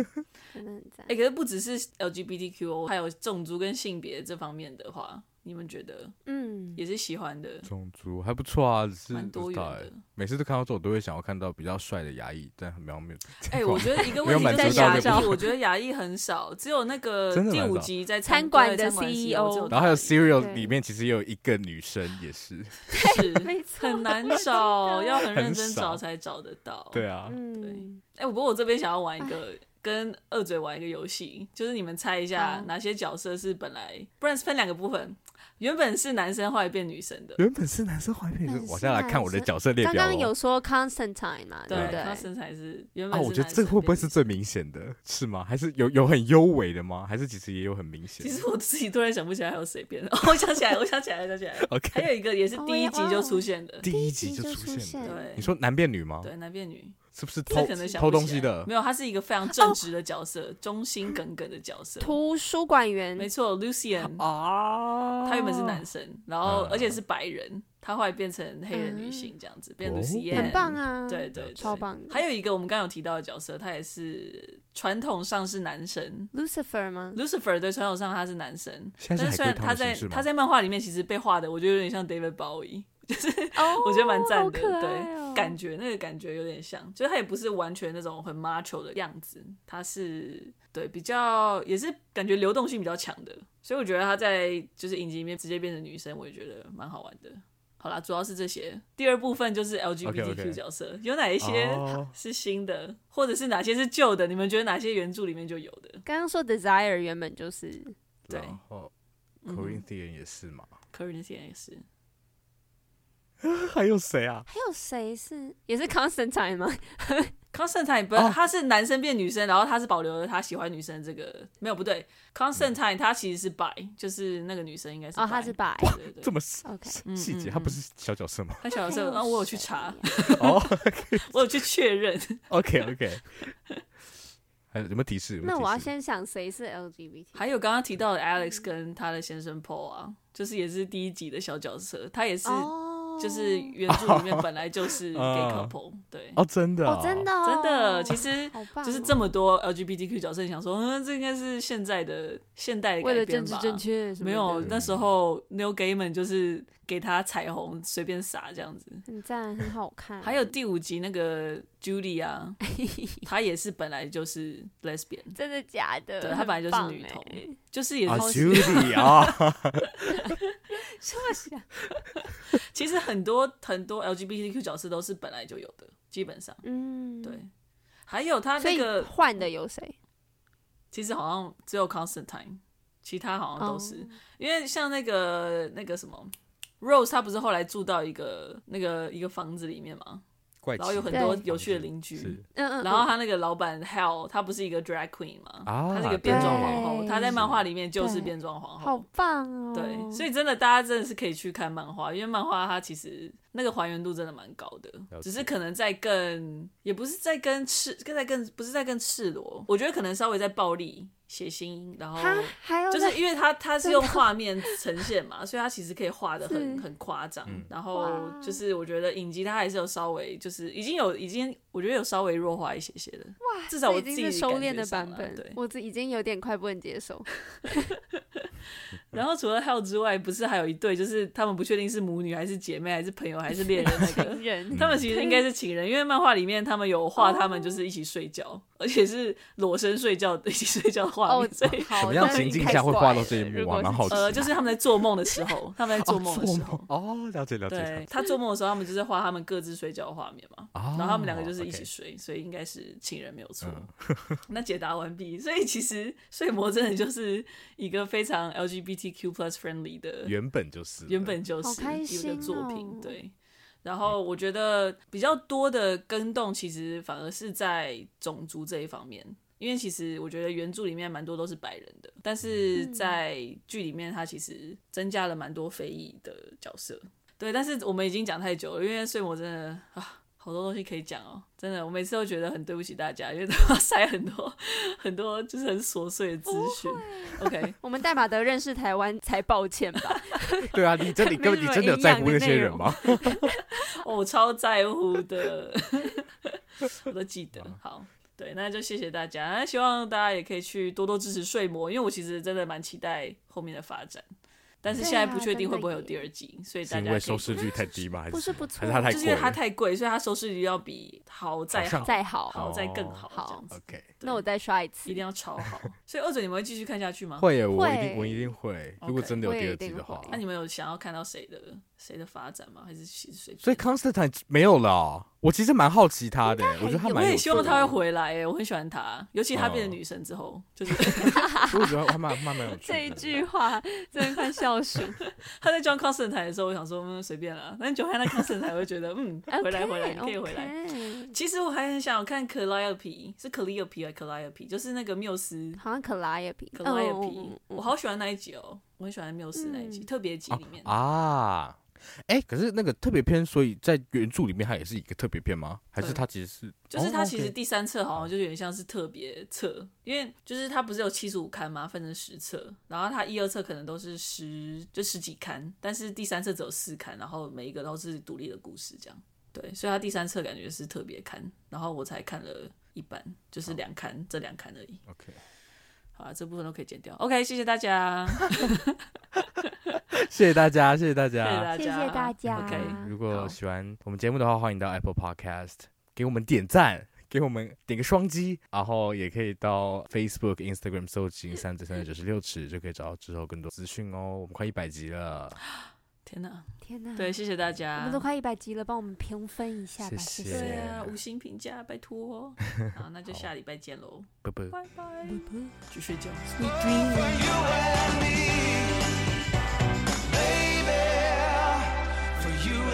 Speaker 3: 很赞
Speaker 2: 哎、。可是不只是 LGBTQ，哦还有种族跟性别这方面的话，你们觉得
Speaker 3: (laughs) 嗯，
Speaker 2: 也是喜欢的？
Speaker 4: 种族还不错啊，只是
Speaker 2: 蛮
Speaker 4: 不
Speaker 2: 多
Speaker 4: 知
Speaker 2: 元
Speaker 4: 道哎
Speaker 2: 的。
Speaker 4: 每次都看到这种，都会想要看到比较帅的牙医，但很妙没有。
Speaker 2: 哎、我觉得一个
Speaker 4: 没有
Speaker 2: 问
Speaker 4: 满
Speaker 2: 题就是
Speaker 3: 足到
Speaker 2: 牙
Speaker 3: 那个部
Speaker 2: 医，
Speaker 3: 分
Speaker 2: 我觉得牙医很少，只有那个
Speaker 4: 真的
Speaker 2: 第
Speaker 4: 蛮
Speaker 2: 五
Speaker 4: 少
Speaker 2: 集在
Speaker 3: 餐馆
Speaker 2: 对
Speaker 3: 的 E
Speaker 2: 餐馆 E
Speaker 3: CEO
Speaker 2: 只有
Speaker 4: 然后还有 E
Speaker 2: 他
Speaker 4: Serial
Speaker 3: 对
Speaker 4: 里面其实也有一个女生，也是
Speaker 2: 是
Speaker 3: 没错，
Speaker 2: 很难找，要很认真
Speaker 4: 很少
Speaker 2: 找才找得到。
Speaker 4: 对啊，
Speaker 3: 嗯，
Speaker 2: 哎、不过我这边想要玩一个跟二嘴玩一个游戏，就是你们猜一下
Speaker 3: 好
Speaker 2: 哪些角色是本来，不然分两个部分，原本是男生后来变女生的，
Speaker 4: 原本是男生怀孕
Speaker 3: 本
Speaker 4: 的
Speaker 3: 是，
Speaker 4: 我现在来看我的角色列
Speaker 3: 刚
Speaker 4: 表
Speaker 3: 刚有
Speaker 4: 哦。
Speaker 3: 说 Constantine 嘛，
Speaker 2: 对
Speaker 3: 不
Speaker 4: 对
Speaker 2: 他
Speaker 3: 对？
Speaker 2: 身材是原
Speaker 4: 啊，
Speaker 2: 本是
Speaker 4: 我觉得
Speaker 2: 男
Speaker 4: 这
Speaker 2: 生
Speaker 4: 个会不会
Speaker 2: 变
Speaker 4: 是
Speaker 2: 女
Speaker 4: 最明显的？是吗？还是有有很优美的吗？还是其实也有很明显
Speaker 2: 其实我自己突然想不起来还有谁编的，
Speaker 4: (laughs)
Speaker 2: 哦我想起来，我想起来，我想起来，还
Speaker 4: ？OK，
Speaker 2: 有一个也是
Speaker 3: 哦
Speaker 2: 第一集就出现的，
Speaker 4: 第一
Speaker 3: 第
Speaker 4: 集
Speaker 3: 一
Speaker 4: 就
Speaker 3: 集就
Speaker 4: 出
Speaker 3: 出
Speaker 4: 现
Speaker 3: 现
Speaker 4: 了。
Speaker 2: 对
Speaker 4: 你，说男变女吗？
Speaker 2: 对男变女，
Speaker 4: 是不是
Speaker 2: 这
Speaker 4: 偷
Speaker 2: 可能想
Speaker 4: 偷
Speaker 2: 不
Speaker 4: 东
Speaker 2: 起
Speaker 4: 西
Speaker 2: 来
Speaker 4: 的？
Speaker 2: 没有，他是一个非常正直的角色，忠心耿耿的角色，
Speaker 3: 图书馆员
Speaker 2: 没错，Lucian，
Speaker 3: 哦
Speaker 4: 啊
Speaker 2: 他原本是男生，然后
Speaker 4: 嗯
Speaker 2: 而且是白人，他后来变成黑人女性这样子，变
Speaker 4: 哦
Speaker 2: Lucian，
Speaker 3: 嗯很棒啊，
Speaker 2: 对对对
Speaker 3: 超棒的。
Speaker 2: 还有一个我们刚刚有提到的角色，他也是传统上是男生，
Speaker 3: Lucifer 吗？
Speaker 2: Lucifer 对传统上他是男生，
Speaker 4: 现
Speaker 2: 但
Speaker 4: 在是
Speaker 2: 虽然他
Speaker 4: 海龟汤的
Speaker 2: 在
Speaker 4: 形式吗
Speaker 2: 他在漫画里面其实被画的，我觉得有点像 David Bowie，
Speaker 3: 哦，
Speaker 2: 我觉得蛮赞
Speaker 3: 好
Speaker 2: 的，
Speaker 3: 可爱哦
Speaker 2: 对，感觉那个感觉有点像，就是他也不是完全那种很 macho 的样子，他是对比较也是感觉流动性比较强的，所以我觉得他在就是影集里面直接变成女生，我也觉得蛮好玩的。好啦，主要是这些。第二部分就是
Speaker 4: OK，OK
Speaker 2: LGBTQ 角色有哪一些
Speaker 4: 哦
Speaker 2: 是新的或者是哪些是旧的？你们觉得哪些原著里面就有的？
Speaker 3: 刚刚说 Desire 原本就是
Speaker 2: 对
Speaker 4: 然后
Speaker 2: 嗯
Speaker 4: Corinthian 也是嘛？
Speaker 2: 科瑞现在也是，
Speaker 4: 还有谁啊？
Speaker 3: 还有谁是也是 Constantine 吗？
Speaker 2: Constantine 不，
Speaker 4: 哦
Speaker 2: 他是男生变女生，然后他是保留了他喜欢女生这个没有不对，Constantine 他其实是 bi，就是那个女生应该是
Speaker 3: 哦，
Speaker 2: bi
Speaker 3: 他是白。
Speaker 2: 对对
Speaker 4: 这
Speaker 2: 对，
Speaker 4: 么
Speaker 3: OK
Speaker 4: 细节，
Speaker 2: 嗯
Speaker 4: 他不是小角
Speaker 2: (laughs)
Speaker 4: 色吗
Speaker 2: 他小时候，然啊后我有去查，
Speaker 4: 哦
Speaker 2: (laughs) 我有去确认，
Speaker 4: ？OK OK，还有有没有提示？有没有
Speaker 3: 那
Speaker 4: 提
Speaker 3: 我要
Speaker 4: 示
Speaker 3: 先想谁是 LGBT，
Speaker 2: 还有刚刚提到的 Alex 跟他的先生 Paul 啊，就是也是第一集的小角色，他也是
Speaker 3: 哦，
Speaker 2: 就是原著里面本来就
Speaker 4: (laughs)
Speaker 2: 是 gay
Speaker 4: 哦
Speaker 2: couple，对，啊
Speaker 4: 哦，真的、
Speaker 3: 哦，真的，哦
Speaker 2: 真的，其实
Speaker 3: 好棒哦，
Speaker 2: 就是这么多 LGBTQ 角色，你想说，嗯，这应该是现在的现代的
Speaker 3: 为
Speaker 2: 改
Speaker 3: 了
Speaker 2: 编
Speaker 3: 政治
Speaker 2: 吧？
Speaker 3: 正确什么的，
Speaker 2: 没有，那时候 Neil Gaiman 就是给他彩虹随便撒这样子。
Speaker 3: 很赞，很好看。
Speaker 2: 还有第五集那个 Julie 啊，她也是本来就是 lesbian，
Speaker 3: (laughs) 真的假的？
Speaker 2: 对她本来就是
Speaker 3: 很棒
Speaker 2: 女同
Speaker 3: 哎，
Speaker 2: (laughs) 就是也
Speaker 4: 啊
Speaker 2: 是、
Speaker 4: ，Judy 啊，
Speaker 3: 这么
Speaker 2: 啊
Speaker 3: 想，
Speaker 2: (laughs) 其实很多很多 LGBTQ 角色都是本来就有的，基本上
Speaker 3: (laughs) 嗯，
Speaker 2: 对。。还有他
Speaker 3: 所
Speaker 2: 那
Speaker 3: 以
Speaker 2: 个，
Speaker 3: 换的有谁？
Speaker 2: 其实好像只有 Constantine，其他好像都是、
Speaker 3: 哦
Speaker 2: 因为像那个那个什么 Rose，她不是后来住到一个那个一个房子里面吗？
Speaker 4: 怪
Speaker 2: 然后有很
Speaker 3: 对
Speaker 2: 多有趣的邻
Speaker 4: 是
Speaker 2: 居。
Speaker 3: 嗯嗯，
Speaker 2: 然后他那个老板 Hell，他不是一个 drag queen 吗？
Speaker 4: 啊
Speaker 2: 他是一个变装皇后，
Speaker 3: 对
Speaker 2: 他在漫画里面就是
Speaker 3: 对
Speaker 2: 变装
Speaker 3: 嗯
Speaker 2: 皇
Speaker 3: 好
Speaker 2: 后。
Speaker 3: 棒哦，
Speaker 2: 对，所以真的大家真的是可以去看漫画，因为漫画它其实那个还原度真的蛮高的，
Speaker 4: 了
Speaker 2: 只
Speaker 4: 解
Speaker 2: 是可能在更，也不是在更赤，更在更不是在更赤裸，我觉得可能稍微在暴力、血腥，然后
Speaker 3: 哈，还有
Speaker 2: (laughs) 就是因为它它是
Speaker 3: 真的
Speaker 2: 用画面呈现嘛，所以它其实可以画的很
Speaker 3: 是
Speaker 2: 很夸张
Speaker 4: 嗯。
Speaker 2: 然
Speaker 3: 哇
Speaker 2: 后就是我觉得影集它还是有稍微就是已经有已经我觉得有稍微弱化一些些的，
Speaker 3: 哇，
Speaker 2: 至少
Speaker 3: 这
Speaker 2: 我
Speaker 3: 已经
Speaker 2: 自己
Speaker 3: 是收
Speaker 2: 感
Speaker 3: 敛
Speaker 2: 觉
Speaker 3: 的
Speaker 2: 上
Speaker 3: 版
Speaker 2: 啦
Speaker 3: 本
Speaker 2: 对， (laughs)
Speaker 3: 我这已经有点快不能接受。。
Speaker 2: 然后除了 Hell 之外，不是还有一对，就是他们不确定是母女还是姐妹还是朋友还是恋人那个
Speaker 3: (laughs)
Speaker 2: (laughs)
Speaker 3: 人
Speaker 2: 他们其实应该是情人，因为漫画里面他们有画他们就是一起睡觉，而且是裸身睡觉一起睡觉的画面，
Speaker 3: 哦，
Speaker 2: 所以
Speaker 3: 好
Speaker 4: 什么样
Speaker 3: 那
Speaker 4: 情境
Speaker 3: 太
Speaker 4: 下会
Speaker 3: 怪
Speaker 4: 画到
Speaker 3: 了
Speaker 4: 这一幕
Speaker 3: 如
Speaker 4: 啊
Speaker 3: 果
Speaker 4: 蛮好奇
Speaker 2: 呃，就是他们在做梦的时候，他们在做梦的时候，
Speaker 4: 哦，了解了解，了
Speaker 2: 对
Speaker 4: 解
Speaker 2: 他做梦的时候，他们就是画他们各自睡觉的画面嘛。
Speaker 4: (laughs) 哦
Speaker 2: 然后他们两个就是一
Speaker 4: OK 嗯
Speaker 2: 起睡，所以应该是情人没有错。 (laughs) 那解答完毕，所以其实睡魔真的就是一个非常 LGBTQ plus friendly 的
Speaker 4: 原本就是
Speaker 2: 原本就
Speaker 3: 好
Speaker 2: 是
Speaker 3: 开
Speaker 2: 一个
Speaker 3: 心
Speaker 2: 作
Speaker 3: 哦
Speaker 2: 品，对。然后我觉得比较多的更动，其实反而是在种族这一方面，因为其实我觉得原著里面蛮多都是白人的，但是
Speaker 3: 嗯
Speaker 2: 在剧里面它其实增加了蛮多非裔的角色。对，但是我们已经讲太久了，因为睡魔真的啊。好多东西可以讲哦，真的，我每次都觉得很对不起大家，因为都要塞很多 (laughs) 很多就是很琐碎的资讯。OK，
Speaker 3: 我们代码德认识台湾才抱歉吧？
Speaker 4: (laughs) 对啊，你这
Speaker 2: (laughs)
Speaker 4: 里
Speaker 3: 没
Speaker 4: 根本
Speaker 3: 什
Speaker 4: 你
Speaker 3: 么
Speaker 4: 真的有
Speaker 3: 营
Speaker 4: 在
Speaker 3: 养
Speaker 4: 乎
Speaker 3: 的
Speaker 4: 那些
Speaker 3: 内
Speaker 4: 人
Speaker 3: 容
Speaker 4: 吗？
Speaker 2: 哦我超在乎的，我都记得。好，对，那就谢谢大家，那希望大家也可以去多多支持睡魔，因为我其实真的蛮期待后面的发展，但 (laughs) 是现
Speaker 3: 啊
Speaker 2: 在不确定会不会有第二季，所以
Speaker 4: 是
Speaker 2: 大
Speaker 4: 因
Speaker 2: 家可
Speaker 4: 为
Speaker 2: 以
Speaker 4: 收视率太低吗？还
Speaker 3: 不
Speaker 4: 是
Speaker 3: 是不错
Speaker 4: 还是他太
Speaker 2: 就是因为
Speaker 4: 贵
Speaker 2: 它
Speaker 4: 了
Speaker 2: 太贵，所以它收视率要比好再
Speaker 4: 好上哦
Speaker 2: 好
Speaker 3: 再好，
Speaker 2: 好再更好
Speaker 3: 好
Speaker 2: 这样子。
Speaker 4: ？OK，
Speaker 2: 对
Speaker 3: 那我再刷一次
Speaker 2: 一定。要超
Speaker 4: (laughs)
Speaker 2: 好。所以二嘴，你们会继续看下去吗？。
Speaker 4: 会耶，我一定我
Speaker 3: 会
Speaker 4: 一定会。如果
Speaker 2: OK
Speaker 4: 真的有
Speaker 3: 我也
Speaker 4: 第二
Speaker 3: 一
Speaker 4: 季
Speaker 3: 定
Speaker 4: 的话
Speaker 3: 会，
Speaker 2: 那你们有想要看到谁的谁的发展吗？还是其实谁？
Speaker 4: 所以 Constantine 没有了哦。我其实蛮好奇他的，我觉得他
Speaker 2: 我
Speaker 4: 蛮有
Speaker 2: 也
Speaker 4: 趣
Speaker 2: 希
Speaker 4: 的。
Speaker 2: 望他会回来耶，我很喜欢他，尤其他变成
Speaker 4: 哦
Speaker 2: 女生之后，就是
Speaker 4: (laughs) 我觉得他蛮蛮蛮有趣的。
Speaker 3: 这一
Speaker 2: (laughs)
Speaker 3: 句话真的快笑死！
Speaker 2: 他在 John Constantine 的时候，我想说嗯随便啦，但 Johanna Constantine 我就觉 (laughs) 得嗯回来回来，你可以回来。
Speaker 3: OK，OK
Speaker 2: 其实我还很想看 Calliope，是 Calliope 还是 Calliope？就是那个缪斯
Speaker 3: 好像可拉也比哦
Speaker 2: Calliope，、我
Speaker 3: 我
Speaker 2: 好喜欢那一集哦，我很喜欢缪斯那一集、
Speaker 3: 嗯
Speaker 2: 特别集里面。
Speaker 4: 啊。哎、可是那个特别篇，所以在原著里面，它也是一个特别篇吗？还是
Speaker 2: 对
Speaker 4: 它其实是？
Speaker 2: 就是它
Speaker 4: 哦
Speaker 2: 其实
Speaker 4: OK
Speaker 2: 第三册好像就有点像是特别册，因为就是它不是有七十五刊嘛，分成十册，然后它一二册可能都是十就十几刊，但是第三册只有四刊，然后每一个都是独立的故事这样。对，所以它第三册感觉是特别刊，然后我才看了一半，就是两刊，这两刊而已。
Speaker 4: OK，
Speaker 2: 好啊，这部分都可以剪掉。OK，谢谢大家，
Speaker 4: 谢谢大家，谢谢大
Speaker 2: 谢谢
Speaker 4: 家。
Speaker 2: 大家，
Speaker 3: 谢谢大家
Speaker 2: OK，
Speaker 4: 嗯如
Speaker 2: 好
Speaker 4: 果喜欢我们节目的话，欢迎到 Apple Podcast 给我们点赞， (laughs) 给我们点个双击，然后也可以到 Facebook、Instagram 搜寻三嘴三嘴九十六尺，就可以找到之后更多资讯哦。我们快一百集了，
Speaker 2: 天哪，
Speaker 3: 天哪！
Speaker 2: 对，，啊谢谢大
Speaker 3: 我
Speaker 2: 家
Speaker 3: 们都。快一百集了，帮我们评分一下吧，
Speaker 4: 谢
Speaker 3: 谢
Speaker 4: 谢
Speaker 2: 对
Speaker 3: 谢。
Speaker 2: 啊，五星评价，拜托。好，那就下礼拜见喽，
Speaker 4: 拜拜。
Speaker 2: 拜拜，去睡觉。
Speaker 5: For you